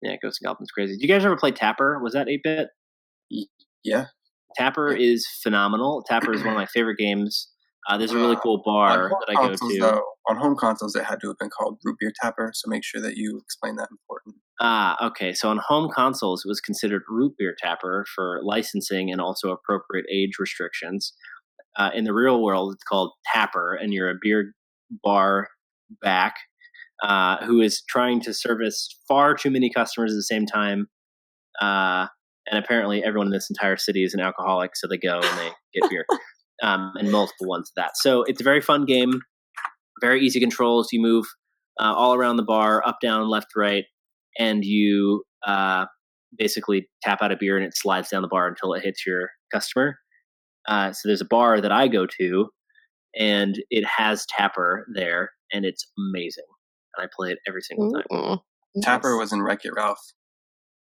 [SPEAKER 3] Yeah, Ghost and Goblins crazy. Did you guys ever play Tapper? Was that eight bit?
[SPEAKER 2] Y- yeah.
[SPEAKER 3] Tapper is phenomenal. Tapper is one of my favorite games. Uh, there's a really
[SPEAKER 2] Uh,
[SPEAKER 3] cool
[SPEAKER 2] On
[SPEAKER 3] bar
[SPEAKER 2] home,
[SPEAKER 3] that I go
[SPEAKER 2] consoles,
[SPEAKER 3] to.
[SPEAKER 2] though, on home consoles, it had to have been called Root Beer Tapper. So make sure that you explain that important.
[SPEAKER 3] Ah, okay. So on home consoles, it was considered root beer tapper for licensing and also appropriate age restrictions. Uh, in the real world, it's called tapper, and you're a beer bar back uh, who is trying to service far too many customers at the same time. Uh, and apparently, everyone in this entire city is an alcoholic, so they go and they get beer, um, and multiple ones of that. So it's a very fun game, very easy controls. You move uh, all around the bar, up, down, left, right, and you uh, basically tap out a beer and it slides down the bar until it hits your customer. Uh, so there's a bar that I go to, and it has Tapper there, and it's amazing. And I play it every single time.
[SPEAKER 5] Mm-mm.
[SPEAKER 2] Tapper was in Wreck It Ralph.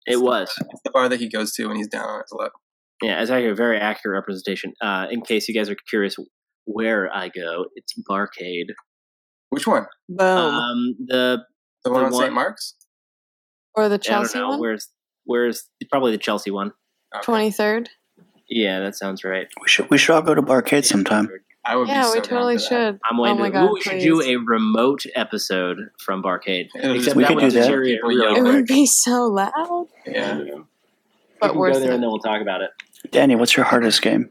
[SPEAKER 3] It was,
[SPEAKER 2] It's the bar that he goes to when he's down on his luck.
[SPEAKER 3] yeah, it's actually a very accurate representation. Uh, in case you guys are curious where I go, it's Barcade.
[SPEAKER 2] Which one?
[SPEAKER 5] Boom.
[SPEAKER 3] Um, the
[SPEAKER 2] The one
[SPEAKER 3] The
[SPEAKER 2] on
[SPEAKER 3] one-
[SPEAKER 2] St. Mark's?
[SPEAKER 5] or the
[SPEAKER 3] I
[SPEAKER 5] Chelsea
[SPEAKER 3] don't know
[SPEAKER 5] one?
[SPEAKER 3] where's where's probably the Chelsea one.
[SPEAKER 2] Okay.
[SPEAKER 5] 23rd?
[SPEAKER 3] Yeah, that sounds right.
[SPEAKER 4] We should we should all go to Barcade sometime.
[SPEAKER 2] I would be
[SPEAKER 5] Yeah,
[SPEAKER 2] so
[SPEAKER 5] we
[SPEAKER 2] down
[SPEAKER 5] totally
[SPEAKER 2] for that.
[SPEAKER 5] should.
[SPEAKER 3] I'm waiting.
[SPEAKER 5] Oh my
[SPEAKER 3] to,
[SPEAKER 5] God,
[SPEAKER 3] we should do
[SPEAKER 5] please.
[SPEAKER 3] a remote episode from Barcade.
[SPEAKER 2] It'll just
[SPEAKER 3] Except
[SPEAKER 2] be
[SPEAKER 4] We
[SPEAKER 3] that
[SPEAKER 4] could
[SPEAKER 3] would
[SPEAKER 4] do that.
[SPEAKER 3] deteriorate
[SPEAKER 2] People
[SPEAKER 3] really
[SPEAKER 5] It
[SPEAKER 2] yelling.
[SPEAKER 3] quick.
[SPEAKER 5] would be so loud,
[SPEAKER 2] Yeah.
[SPEAKER 3] We
[SPEAKER 5] but
[SPEAKER 3] can go
[SPEAKER 5] worth
[SPEAKER 3] there
[SPEAKER 5] it.
[SPEAKER 3] and then we'll talk about it.
[SPEAKER 4] Danny, what's your hardest game?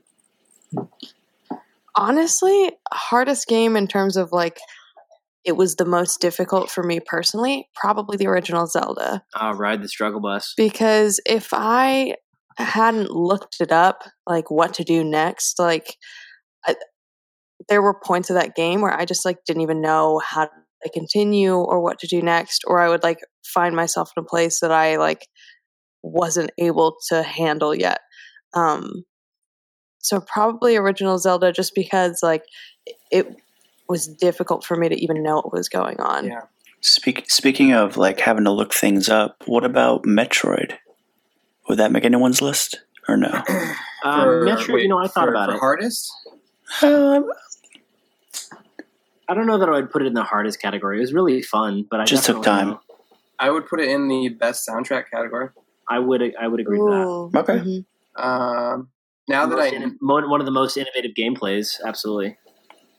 [SPEAKER 5] Honestly, hardest game in terms of like it was the most difficult for me personally, probably the original Zelda.
[SPEAKER 3] I'll ride the struggle bus.
[SPEAKER 5] because if I hadn't looked it up, like what to do next, like I, there were points of that game where I just like didn't even know how to continue or what to do next, or I would like find myself in a place that I like wasn't able to handle yet. Um, so probably original Zelda, just because like it was difficult for me to even know what was going on.
[SPEAKER 2] Yeah.
[SPEAKER 4] Speak, speaking of like having to look things up, what about Metroid? Would that make anyone's list or no?
[SPEAKER 3] Um,
[SPEAKER 2] For-
[SPEAKER 3] Metroid,
[SPEAKER 2] wait,
[SPEAKER 3] you know, I thought
[SPEAKER 2] for-
[SPEAKER 3] about
[SPEAKER 2] for
[SPEAKER 3] it.
[SPEAKER 2] Hardest?
[SPEAKER 4] Um,
[SPEAKER 3] I don't know that I would put it in the hardest category. It was really fun, but I
[SPEAKER 4] Just took
[SPEAKER 3] definitely
[SPEAKER 4] time.
[SPEAKER 3] know-
[SPEAKER 2] I would put it in the best soundtrack category.
[SPEAKER 3] I would I would agree with that.
[SPEAKER 5] Ooh,
[SPEAKER 4] Okay.
[SPEAKER 5] mhm.
[SPEAKER 2] Um, now that I,
[SPEAKER 3] Most inno- mo- one of the most innovative gameplays, absolutely.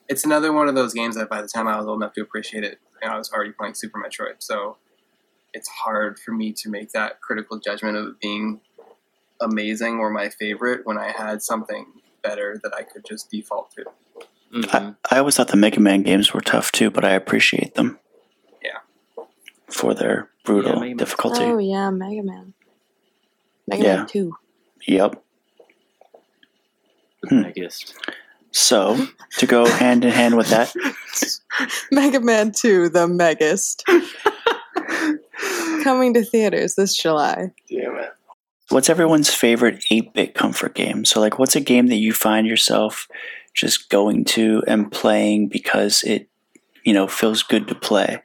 [SPEAKER 2] it's another one of those games that by the time I was old enough to appreciate it, and I was already playing Super Metroid, so it's hard for me to make that critical judgment of it being amazing or my favorite when I had something better that I could just default to.
[SPEAKER 3] Mhm.
[SPEAKER 4] I, I always thought the Mega Man games were tough too, but I appreciate them.
[SPEAKER 2] Yeah.
[SPEAKER 4] For their
[SPEAKER 3] Yeah,
[SPEAKER 4] brutal
[SPEAKER 3] Mega Man.
[SPEAKER 4] difficulty.
[SPEAKER 5] Oh yeah, Mega Man. Mega
[SPEAKER 4] Yeah.
[SPEAKER 5] Man Two.
[SPEAKER 4] Yep.
[SPEAKER 3] The
[SPEAKER 4] Hmm.
[SPEAKER 3] biggest.
[SPEAKER 4] So to go hand in hand with that,
[SPEAKER 5] Mega Man Two, the megast. Coming to theaters this July.
[SPEAKER 4] what's everyone's favorite eight bit comfort game? So like, what's a game that you find yourself just going to and playing because it, you know, feels good to play?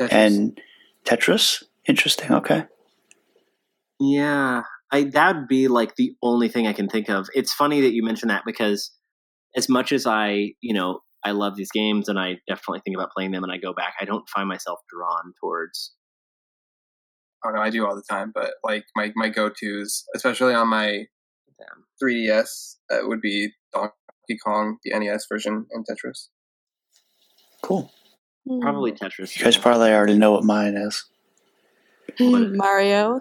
[SPEAKER 2] Tetris.
[SPEAKER 4] And Tetris, interesting. Okay.
[SPEAKER 3] Yeah, I that'd be like the only thing I can think of. It's funny that you mentioned that because as much as I, you know, I love these games and I definitely think about playing them and I go back, I don't find myself drawn towards.
[SPEAKER 2] I don't know, I do all the time, but like my my go tos, especially on my
[SPEAKER 3] Them.
[SPEAKER 2] 3DS, that would be Donkey Kong, the NES version, and Tetris.
[SPEAKER 4] Cool.
[SPEAKER 3] Probably Tetris.
[SPEAKER 4] You guys probably already know what mine is.
[SPEAKER 5] Mm. Mario.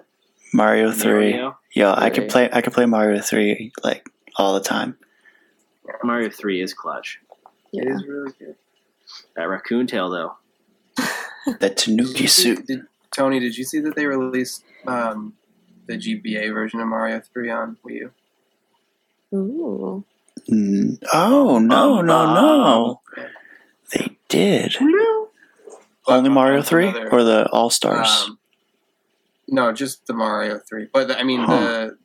[SPEAKER 4] Mario Three.
[SPEAKER 3] Mario,
[SPEAKER 4] Yeah, I could
[SPEAKER 3] Three.
[SPEAKER 4] play. I could play Mario Three like all the time.
[SPEAKER 3] Mario Three is clutch.
[SPEAKER 5] Yeah.
[SPEAKER 2] It is really good.
[SPEAKER 3] That raccoon tail though.
[SPEAKER 4] That Tanuki suit.
[SPEAKER 2] Did, Tony, did you see that they released um, the GBA version of Mario 3 on Wii U?
[SPEAKER 5] Ooh.
[SPEAKER 4] Mm, Oh no, no, no! They did.
[SPEAKER 5] Oh,
[SPEAKER 4] Only Mario Three
[SPEAKER 2] Another-
[SPEAKER 4] or the All Stars.
[SPEAKER 2] Um, no, just the Mario 3. But the- I mean, the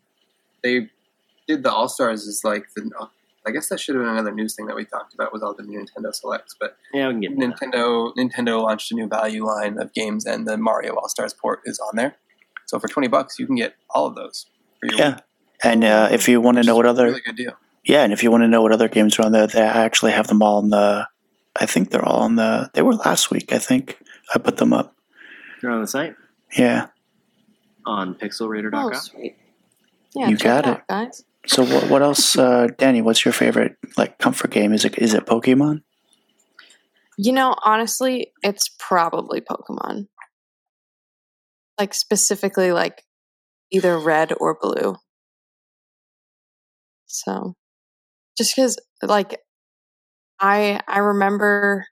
[SPEAKER 2] they did the All Stars is like the. I guess that should have been another news thing that we talked about with all the new Nintendo Selects, but
[SPEAKER 3] Yeah, we can get that.
[SPEAKER 2] Nintendo Nintendo launched a new value line of games, and the Mario All Stars port is on there. So for twenty bucks, you can get all of those. For your
[SPEAKER 4] Yeah, and uh, if you want to
[SPEAKER 2] Which
[SPEAKER 4] know
[SPEAKER 2] is
[SPEAKER 4] what
[SPEAKER 2] a
[SPEAKER 4] other,
[SPEAKER 2] really good deal.
[SPEAKER 4] yeah, and if you want to know what other games are on there, they I actually have them all on the. I think they're all on the. They were last week. I think I put them up.
[SPEAKER 3] They're on the site
[SPEAKER 4] Yeah.
[SPEAKER 3] on pixelraider.com.
[SPEAKER 5] Oh, sweet. Yeah,
[SPEAKER 4] You
[SPEAKER 5] check
[SPEAKER 4] got
[SPEAKER 5] out, guys.
[SPEAKER 4] So what? What else, uh, Danny? What's your favorite like comfort game? Is it is it Pokemon?
[SPEAKER 5] You know, honestly, it's probably Pokemon. Like specifically, like either red or blue. So, just because, like, I I remember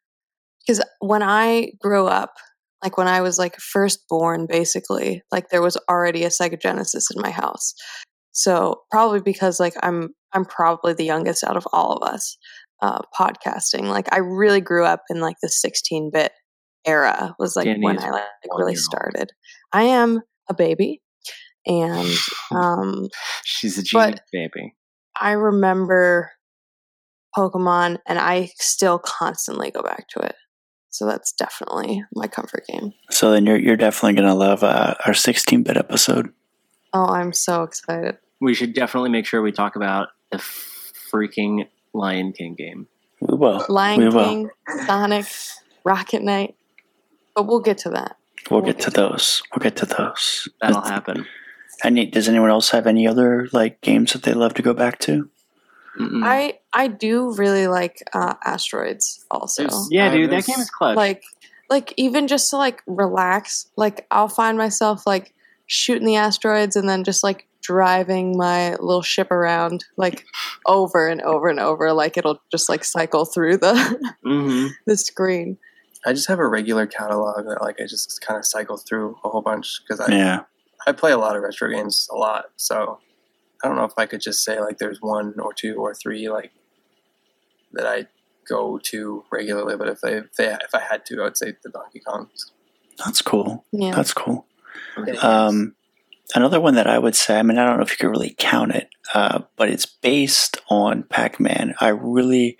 [SPEAKER 5] because when I grew up, like when I was like first born, basically, like there was already a psychogenesis in my house. So probably because like I'm I'm probably the youngest out of all of us uh, podcasting. Like I really grew up in like the 16-bit era was like
[SPEAKER 3] Danny
[SPEAKER 5] when
[SPEAKER 3] is
[SPEAKER 5] I like
[SPEAKER 3] one
[SPEAKER 5] really
[SPEAKER 3] year old.
[SPEAKER 5] started. I am a baby, and um,
[SPEAKER 3] She's a
[SPEAKER 5] But-
[SPEAKER 3] genius baby.
[SPEAKER 5] I remember Pokemon, and I still constantly go back to it. So that's definitely my comfort game.
[SPEAKER 4] So then you're you're definitely gonna love uh, our 16-bit episode.
[SPEAKER 5] Oh, I'm so excited.
[SPEAKER 3] We should definitely make sure we talk about the freaking Lion King game.
[SPEAKER 4] We will.
[SPEAKER 5] Lion
[SPEAKER 4] we will.
[SPEAKER 5] King, Sonic, Rocket Knight. But we'll get to that.
[SPEAKER 4] We'll get to those. We'll get to those.
[SPEAKER 3] That'll happen.
[SPEAKER 4] I need, does anyone else have any other like games that they love to go back to?
[SPEAKER 3] Mm-mm.
[SPEAKER 5] I I do really like uh, asteroids also.
[SPEAKER 2] There's-
[SPEAKER 3] yeah,
[SPEAKER 2] Uh,
[SPEAKER 3] dude, that
[SPEAKER 2] there's-
[SPEAKER 3] game is clutch.
[SPEAKER 5] like like even just to like relax like i'll find myself like shooting the asteroids and then just like driving my little ship around like over and over and over like it'll just like cycle through the
[SPEAKER 3] hmm
[SPEAKER 5] the screen
[SPEAKER 2] I just have a regular catalog that like I just kind of cycle through a whole bunch because I
[SPEAKER 4] Yeah.
[SPEAKER 2] I play a lot of retro games a lot, so I don't know if I could just say like there's one or two or three like that I go to regularly. But if they if, they, if I had to, I would say the Donkey Kongs.
[SPEAKER 4] That's cool.
[SPEAKER 5] yeah
[SPEAKER 4] That's cool. Um, another one that I would say, I mean, I don't know if you could really count it, uh, but it's based on Pac Man. I really,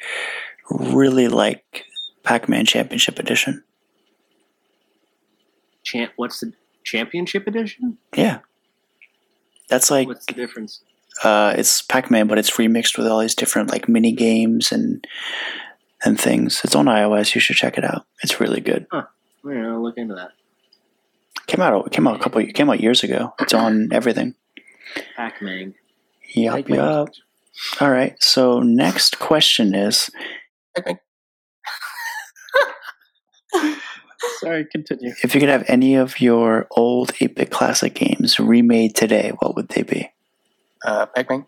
[SPEAKER 4] really like Pac Man Championship Edition.
[SPEAKER 3] Champ, what's the championship edition?
[SPEAKER 4] Yeah. That's like,
[SPEAKER 3] what's the difference?
[SPEAKER 4] uh, it's Pac Man, but it's remixed with all these different like mini games and and things. It's on iOS. You should check it out. It's really good.
[SPEAKER 3] We're gonna look into that.
[SPEAKER 4] Came out came out a couple came out years ago. It's on everything.
[SPEAKER 3] Pac-Man.
[SPEAKER 4] Yup,
[SPEAKER 3] Pac-Man.
[SPEAKER 4] yup. All right. So next question is
[SPEAKER 3] Sorry, continue.
[SPEAKER 4] If you could have any of your old 8 bit classic games remade today, what would they be?
[SPEAKER 2] Uh, Pac-Man.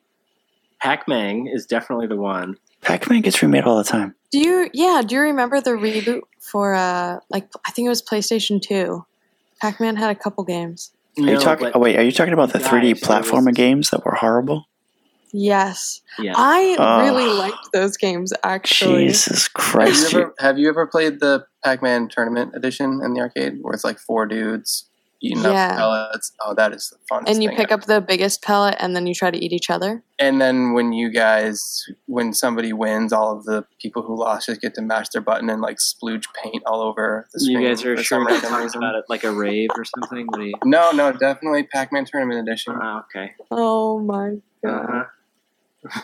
[SPEAKER 3] Pac-Man is definitely the one.
[SPEAKER 4] Pac Man gets remade all the time.
[SPEAKER 5] do you yeah do you remember the reboot for uh like i think it was playstation 2 pac-man had a couple games
[SPEAKER 4] Are you talking?
[SPEAKER 3] but-
[SPEAKER 4] Oh wait, are you talking about the
[SPEAKER 3] Guys,
[SPEAKER 4] 3D
[SPEAKER 3] there was-
[SPEAKER 4] platformer games that were horrible?
[SPEAKER 5] yes
[SPEAKER 3] yeah.
[SPEAKER 5] i
[SPEAKER 4] Oh.
[SPEAKER 5] really liked those games actually
[SPEAKER 2] Have
[SPEAKER 4] Jesus
[SPEAKER 2] you,
[SPEAKER 4] Christ! you-
[SPEAKER 2] ever, have you ever played the Pac-Man Tournament Edition in the arcade, where it's like four dudes eating
[SPEAKER 5] Yeah.
[SPEAKER 2] up pellets? Oh, that is the funnest.
[SPEAKER 5] and you
[SPEAKER 2] thing
[SPEAKER 5] pick
[SPEAKER 2] ever.
[SPEAKER 5] up the biggest pellet and then you try to eat each other
[SPEAKER 2] And then when you guys, when somebody wins, all of the people who lost just get to mash their button and like splooge paint all over the screen.
[SPEAKER 3] you guys are
[SPEAKER 2] for
[SPEAKER 3] sure
[SPEAKER 2] some
[SPEAKER 3] we're not
[SPEAKER 2] random
[SPEAKER 3] talking
[SPEAKER 2] reason.
[SPEAKER 3] about it like a rave or something? What do you-
[SPEAKER 2] No, no, definitely Pac-Man Tournament Edition.
[SPEAKER 3] Ah, okay.
[SPEAKER 5] oh my god
[SPEAKER 3] Uh-huh.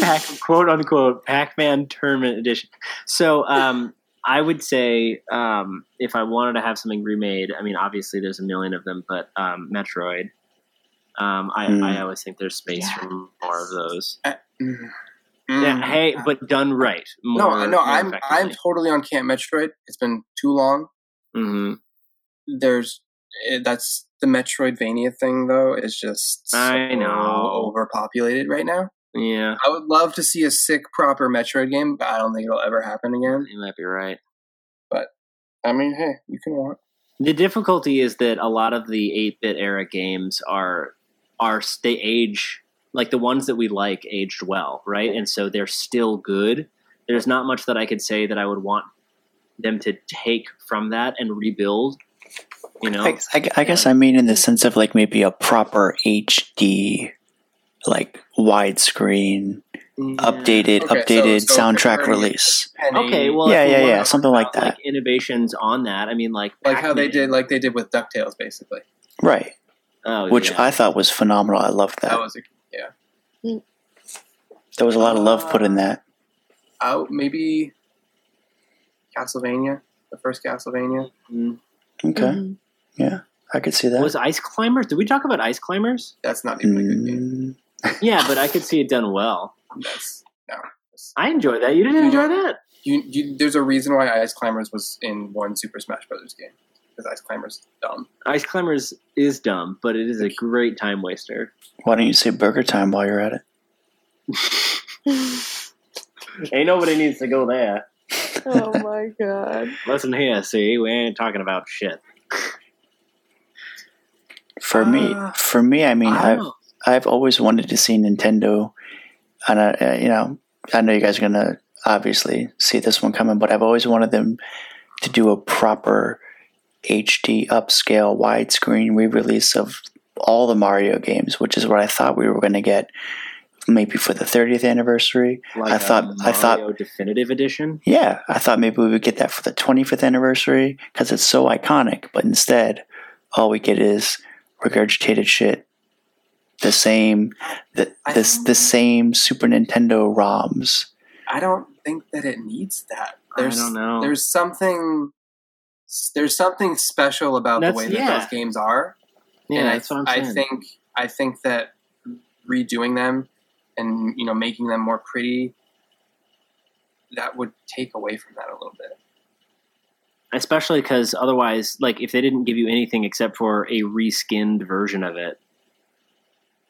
[SPEAKER 3] Pac, quote unquote Pac-Man tournament edition. So, um, I would say um, if I wanted to have something remade, I mean, obviously there's a million of them, but um, Metroid. Um, I,
[SPEAKER 4] Hmm.
[SPEAKER 3] I always think there's space for more of those.
[SPEAKER 2] Mm.
[SPEAKER 3] Yeah, hey, but done right.
[SPEAKER 2] no,
[SPEAKER 3] more-
[SPEAKER 2] no,
[SPEAKER 3] more
[SPEAKER 2] I'm I'm
[SPEAKER 3] effectively.
[SPEAKER 2] totally on Camp Metroid. It's been too long.
[SPEAKER 3] Mhm.
[SPEAKER 2] There's eh, that's the Metroidvania thing though. It's just so
[SPEAKER 3] I know.
[SPEAKER 2] overpopulated right now.
[SPEAKER 3] Yeah,
[SPEAKER 2] I would love to see a sick proper Metroid game, but I don't think it'll ever happen again.
[SPEAKER 3] you might be right.
[SPEAKER 2] I mean, hey, you can want.
[SPEAKER 3] The difficulty is that a lot of the 8-bit era games are are they age like the ones that we like aged well, right? And so they're still good. There's not much that I could say that I would want them to take from that and rebuild. You know,
[SPEAKER 4] I, I, I guess I mean in the sense of like maybe a proper HD, like widescreen,
[SPEAKER 2] Okay,
[SPEAKER 4] updated,
[SPEAKER 2] so-
[SPEAKER 4] updated
[SPEAKER 2] so
[SPEAKER 4] soundtrack
[SPEAKER 2] comparing it to
[SPEAKER 4] release.
[SPEAKER 3] Okay, well,
[SPEAKER 4] yeah,
[SPEAKER 3] if we
[SPEAKER 4] yeah,
[SPEAKER 3] wanna
[SPEAKER 4] yeah,
[SPEAKER 3] talk
[SPEAKER 4] something like
[SPEAKER 3] about,
[SPEAKER 4] that.
[SPEAKER 3] Like innovations on that. I mean, like
[SPEAKER 2] like how they
[SPEAKER 3] Pac-Man.
[SPEAKER 2] did, like they did with Ducktales, basically.
[SPEAKER 4] right,
[SPEAKER 3] Oh,
[SPEAKER 4] which
[SPEAKER 3] yeah.
[SPEAKER 4] I thought was phenomenal. I loved that.
[SPEAKER 2] That was a,
[SPEAKER 4] there was a lot of love put in that.
[SPEAKER 2] out oh, maybe Castlevania, the first Castlevania.
[SPEAKER 3] Mm.
[SPEAKER 4] Okay,
[SPEAKER 5] Mhm.
[SPEAKER 4] yeah, I could see that.
[SPEAKER 3] was Ice Climbers. Did we talk about Ice Climbers?
[SPEAKER 2] That's not even a good game.
[SPEAKER 4] Mm.
[SPEAKER 3] yeah, but I could see it done well.
[SPEAKER 2] That's no.
[SPEAKER 3] I enjoyed that. You didn't enjoy that?
[SPEAKER 2] You, you, there's a reason why Ice Climbers was in one Super Smash Brothers game because Ice Climbers is dumb.
[SPEAKER 3] Ice Climbers is dumb, but it is a great time waster.
[SPEAKER 4] Why don't you say burger time while you're at it?
[SPEAKER 3] Ain't nobody needs to go there.
[SPEAKER 6] oh my god.
[SPEAKER 3] Listen here, see, we ain't talking about shit.
[SPEAKER 4] For me,
[SPEAKER 2] Ah.
[SPEAKER 4] for me, I mean, I've
[SPEAKER 3] Oh.
[SPEAKER 4] I've always wanted to see Nintendo, and I, uh, you know, I know you guys are gonna obviously see this one coming, but I've always wanted them to do a proper HD upscale widescreen re-release of all the Mario games, which is what I thought we were going to get, maybe for the 30th anniversary.
[SPEAKER 3] Like
[SPEAKER 4] I
[SPEAKER 3] a
[SPEAKER 4] thought-
[SPEAKER 3] Mario
[SPEAKER 4] I thought-
[SPEAKER 3] definitive edition.
[SPEAKER 4] Yeah, I thought maybe we would get that for the 25th anniversary because it's so iconic. But instead, all we get is regurgitated shit. The same, the
[SPEAKER 2] I
[SPEAKER 4] this
[SPEAKER 2] don't-
[SPEAKER 4] the same Super Nintendo ROMs.
[SPEAKER 2] I don't think that it needs that. There's,
[SPEAKER 3] I don't know.
[SPEAKER 2] There's something. There's something special about
[SPEAKER 3] That's-
[SPEAKER 2] the way that
[SPEAKER 3] yeah.
[SPEAKER 2] those games are,
[SPEAKER 3] yeah,
[SPEAKER 2] and I,
[SPEAKER 3] that's what I'm
[SPEAKER 2] I
[SPEAKER 3] saying.
[SPEAKER 2] think I think that redoing them and you know making them more pretty that would take away from that a little bit.
[SPEAKER 3] Especially because otherwise, like, if they didn't give you anything except for a reskinned version of it,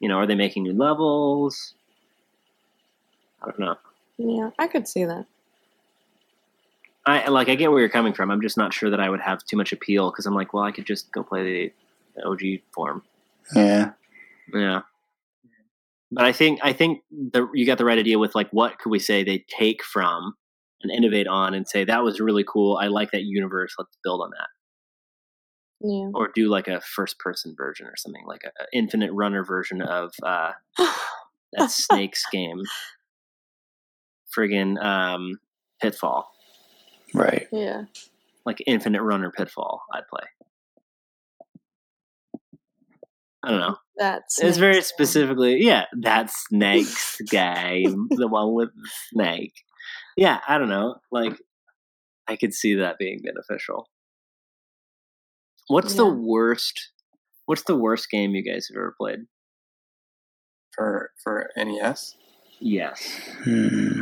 [SPEAKER 3] you know, are they making new levels? I don't know.
[SPEAKER 6] Yeah, I could see that.
[SPEAKER 3] I like I get where you're coming from. I'm just not sure that I would have too much appeal because I'm like, well, I could just go play the OG form.
[SPEAKER 4] Yeah,
[SPEAKER 3] Yeah. But I think I think the, you got the right idea with like what could we say they take from and innovate on and say that was really cool. I like that universe. Let's build on that,
[SPEAKER 6] Yeah.
[SPEAKER 3] or do like a first person version or something like a a infinite runner version of uh, that Snakes game. Friggin' um, Pitfall,
[SPEAKER 4] right.
[SPEAKER 6] yeah.
[SPEAKER 3] like Infinite Runner Pitfall. I'd play. I don't know.
[SPEAKER 6] That's
[SPEAKER 3] It's very
[SPEAKER 6] next.
[SPEAKER 3] specifically, yeah, that snake's game, the one with the snake. Yeah, I don't know. Like, I could see that being beneficial. What's the
[SPEAKER 6] Yeah.
[SPEAKER 3] worst? What's the worst game you guys have ever played?
[SPEAKER 2] for for E NES.
[SPEAKER 3] Yes,
[SPEAKER 4] Hmm.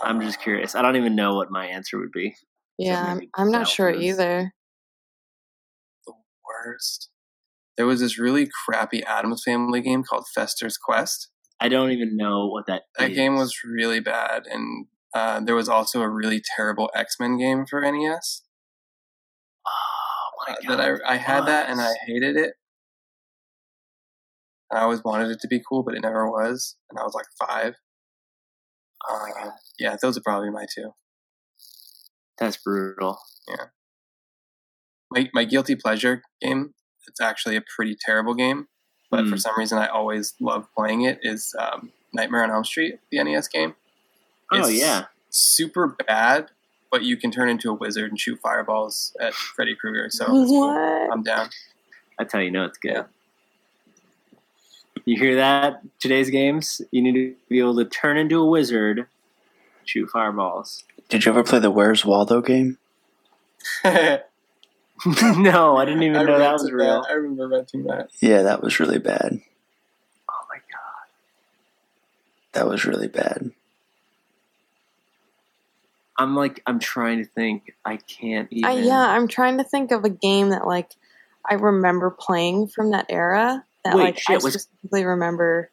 [SPEAKER 3] I'm just curious. I don't even know what my answer would be.
[SPEAKER 6] Yeah, I'm,
[SPEAKER 3] maybe
[SPEAKER 6] I'm not
[SPEAKER 3] Zelda
[SPEAKER 6] sure
[SPEAKER 3] is-
[SPEAKER 6] either.
[SPEAKER 2] Worst. There was this really crappy Adams Family game called Fester's Quest.
[SPEAKER 3] I don't even know what that.
[SPEAKER 2] That
[SPEAKER 3] is.
[SPEAKER 2] game was really bad, and uh, there was also a really terrible X Men game for E NES
[SPEAKER 3] Oh my
[SPEAKER 2] uh,
[SPEAKER 3] god!
[SPEAKER 2] that I I had that and I
[SPEAKER 3] was.
[SPEAKER 2] hated it. I always wanted it to be cool, but it never was, and I was like five. Uh, yeah, those are probably my two.
[SPEAKER 3] That's brutal.
[SPEAKER 2] my, my guilty pleasure game it's actually a pretty terrible game but for
[SPEAKER 3] Hmm.
[SPEAKER 2] some reason i always love playing it is um, nightmare on elm street the nes game
[SPEAKER 3] Oh
[SPEAKER 2] It's
[SPEAKER 3] yeah,
[SPEAKER 2] super bad but you can turn into a wizard and shoot fireballs at freddy krueger so it's cool.
[SPEAKER 6] what?
[SPEAKER 2] i'm down
[SPEAKER 3] that's how you know it's good.
[SPEAKER 2] Yeah.
[SPEAKER 3] You hear that? Today's games, you need to be able to turn into a wizard, shoot fireballs.
[SPEAKER 4] Did you ever play the Where's Waldo game?
[SPEAKER 2] i
[SPEAKER 3] no, I didn't even know that was
[SPEAKER 2] rented
[SPEAKER 3] real.
[SPEAKER 2] i remember renting that
[SPEAKER 4] Yeah, that was really bad.
[SPEAKER 3] Oh my god.
[SPEAKER 4] That was really bad.
[SPEAKER 3] I'm like, I'm trying to think. I can't even.
[SPEAKER 6] I, yeah, I'm trying to think of a game that like I remember playing from that era. That
[SPEAKER 3] Wait,
[SPEAKER 6] like I
[SPEAKER 3] shit, was-
[SPEAKER 6] specifically remember.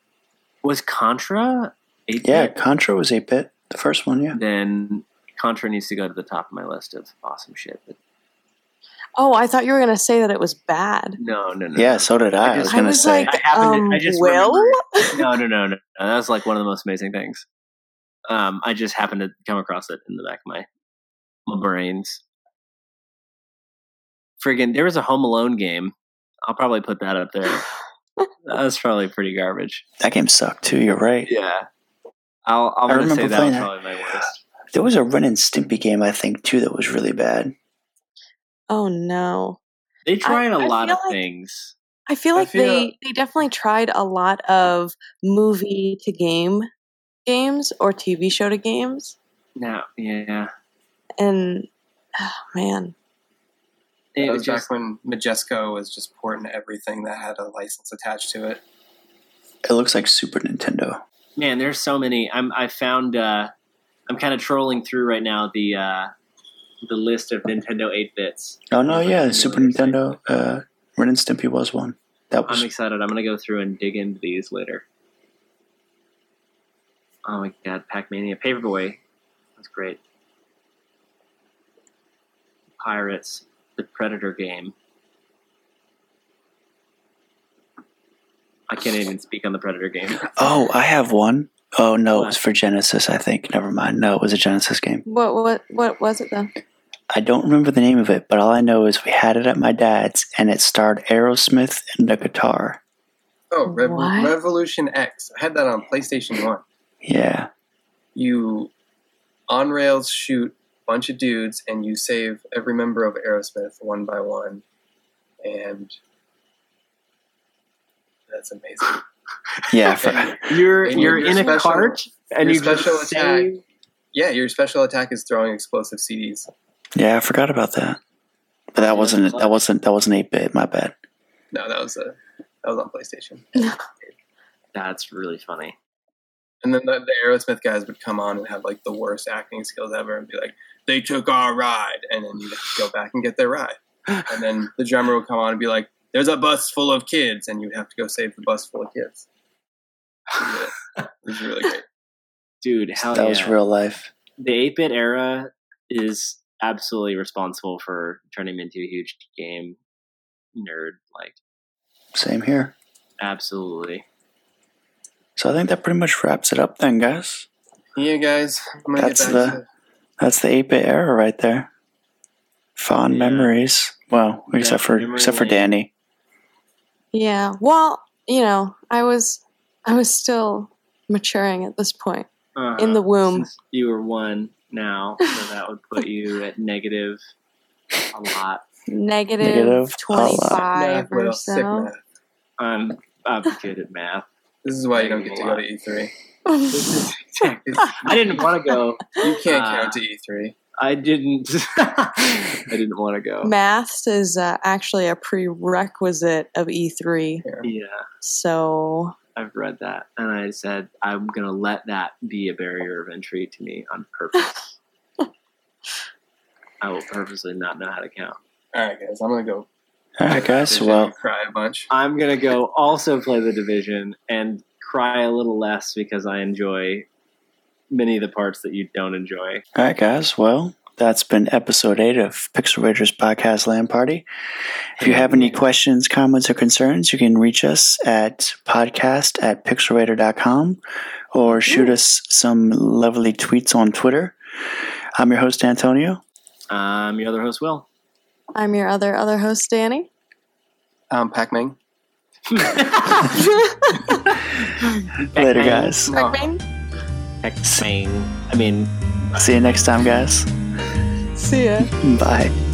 [SPEAKER 3] Was Contra? 8-bit?
[SPEAKER 4] Yeah, Contra was eight bit. The first one, yeah.
[SPEAKER 3] Then Contra needs to go to the top of my list of awesome shit. But
[SPEAKER 6] Oh, I thought you were gonna say that it was bad.
[SPEAKER 3] no, no, no.
[SPEAKER 4] Yeah, so did I. I,
[SPEAKER 3] I
[SPEAKER 4] was
[SPEAKER 3] just-
[SPEAKER 4] gonna
[SPEAKER 6] I was
[SPEAKER 4] say
[SPEAKER 6] like,
[SPEAKER 3] I happened to-
[SPEAKER 6] um,
[SPEAKER 3] I just
[SPEAKER 6] Will.
[SPEAKER 3] remembered no, no, no, no. no. That was like one of the most amazing things. Um, I just happened to come across it in the back of my my brains. Friggin', there was a Home Alone game. I'll probably put that up there. that was probably pretty garbage.
[SPEAKER 4] that game sucked too. You're right.
[SPEAKER 3] Yeah, I'll. I'm
[SPEAKER 4] I
[SPEAKER 3] gonna say
[SPEAKER 4] remember
[SPEAKER 3] that was
[SPEAKER 4] playing
[SPEAKER 3] probably my worst.
[SPEAKER 4] There was a Ren and Stimpy game I think too that was really bad.
[SPEAKER 6] Oh no.
[SPEAKER 3] They tried a
[SPEAKER 6] I
[SPEAKER 3] lot
[SPEAKER 6] feel
[SPEAKER 3] of
[SPEAKER 6] like-
[SPEAKER 3] things.
[SPEAKER 6] I feel
[SPEAKER 2] I
[SPEAKER 6] like
[SPEAKER 2] feel-
[SPEAKER 6] they they definitely tried a lot of movie to game games or TV show to games,
[SPEAKER 3] No, yeah,
[SPEAKER 6] and oh, man,
[SPEAKER 3] it
[SPEAKER 2] that
[SPEAKER 3] was
[SPEAKER 2] was
[SPEAKER 3] just
[SPEAKER 2] back when majesco was just porting everything that had a license attached to it
[SPEAKER 4] It looks like Super Nintendo.
[SPEAKER 3] man. There's so many. I'm. I found. Uh, I'm kind of trolling through right now the uh, the list of Nintendo 8 bits.
[SPEAKER 4] Oh no,
[SPEAKER 3] Like
[SPEAKER 4] yeah,
[SPEAKER 3] the
[SPEAKER 4] Super
[SPEAKER 3] emulators, like-
[SPEAKER 4] Nintendo. Uh, Ren and Stimpy was one. That
[SPEAKER 3] I'm
[SPEAKER 4] was
[SPEAKER 3] excited. I'm gonna go through and dig into these later. Oh my god, Pac Mania, Paperboy, that's great. Pirates, the Predator game. I can't even speak on the Predator game.
[SPEAKER 4] Oh, I have one. Oh no, it was for Genesis, I think. Never mind. No, it was a Genesis game.
[SPEAKER 6] What what what was it though?
[SPEAKER 4] I don't remember the name of it, but all I know is we had it at my dad's, and it starred Aerosmith and a guitar.
[SPEAKER 2] Oh, Rev-
[SPEAKER 6] What?
[SPEAKER 2] Revolution X. I had that on PlayStation 1.
[SPEAKER 4] Yeah,
[SPEAKER 2] You on rails shoot a bunch of dudes and you save every member of Aerosmith one by one. And that's amazing.
[SPEAKER 4] yeah. For,
[SPEAKER 2] And-
[SPEAKER 3] You're
[SPEAKER 2] And
[SPEAKER 3] you're
[SPEAKER 2] your
[SPEAKER 3] in a
[SPEAKER 2] special-
[SPEAKER 3] cart and
[SPEAKER 2] your
[SPEAKER 3] you just
[SPEAKER 2] special attack.
[SPEAKER 3] save-
[SPEAKER 2] yeah, your special attack is throwing explosive CDs.
[SPEAKER 4] yeah, I forgot about that. But that wasn't that wasn't that wasn't eight bit. My bad.
[SPEAKER 2] No, that was a that was on PlayStation.
[SPEAKER 3] That's really funny.
[SPEAKER 2] And then the, the Aerosmith guys would come on and have like the worst acting skills ever, and be like, "They took our ride," and then you go back and get their ride. And then the drummer would come on and be like, "There's a bus full of kids," and you'd have to go save the bus full of kids. Yeah, it was really great.
[SPEAKER 3] Dude, hell
[SPEAKER 4] that
[SPEAKER 3] yeah.
[SPEAKER 4] was real life.
[SPEAKER 3] the 8-bit era is absolutely responsible for turning me into a huge game nerd like
[SPEAKER 4] Same here.
[SPEAKER 3] absolutely
[SPEAKER 4] So I think that pretty much wraps it up then, guys.
[SPEAKER 2] Yeah, guys, I'm gonna
[SPEAKER 4] That's
[SPEAKER 2] get
[SPEAKER 4] the-
[SPEAKER 2] back to
[SPEAKER 4] That's the eight bit era right there. Fond
[SPEAKER 3] Yeah.
[SPEAKER 4] memories. Well,
[SPEAKER 3] Yeah,
[SPEAKER 4] except for
[SPEAKER 3] memory
[SPEAKER 4] except for
[SPEAKER 3] lane.
[SPEAKER 4] Danny.
[SPEAKER 6] Yeah. Well, you know, I was I was still maturing at this point.
[SPEAKER 3] Uh-huh.
[SPEAKER 6] In the womb.
[SPEAKER 3] Since you were one now so that would put you at negative a lot
[SPEAKER 6] Negative,
[SPEAKER 4] Negative,
[SPEAKER 6] Negative
[SPEAKER 4] a lot.
[SPEAKER 6] 25
[SPEAKER 2] math, what
[SPEAKER 6] or
[SPEAKER 2] else? Sick
[SPEAKER 6] so.
[SPEAKER 2] math.
[SPEAKER 3] i'm i'm good at math
[SPEAKER 2] This is why you don't get to E go to E3. It's-
[SPEAKER 3] i didn't want to go
[SPEAKER 2] you can't
[SPEAKER 3] Uh,
[SPEAKER 2] count to E E3.
[SPEAKER 3] i didn't i didn't want to go
[SPEAKER 6] Maths is uh, actually a prerequisite of E3.
[SPEAKER 3] yeah
[SPEAKER 6] So,
[SPEAKER 3] i've read that and i said i'm gonna let that be a barrier of entry to me on purpose i will purposely not know how to count
[SPEAKER 2] All right, guys, I'm gonna go.
[SPEAKER 4] All right, guys.
[SPEAKER 2] fishing
[SPEAKER 4] Well,
[SPEAKER 2] and cry a bunch.
[SPEAKER 3] I'm gonna go also play the division and cry a little less because I enjoy many of the parts that you don't enjoy.
[SPEAKER 4] All right, guys. Well, that's been episode eight of Pixel Rangers Podcast Land Party. If you have any questions, comments, or concerns, you can reach us at podcast at pixelraider.com or shoot us some lovely tweets on Twitter. I'm your host, Antonio.
[SPEAKER 3] I'm Um, your other host, Will.
[SPEAKER 6] I'm your other other host, Danny.
[SPEAKER 2] Um, Pac-Man.
[SPEAKER 4] Later, guys.
[SPEAKER 2] No.
[SPEAKER 3] X-Ming. I mean.
[SPEAKER 4] See you next time, guys.
[SPEAKER 6] See ya.
[SPEAKER 4] Bye.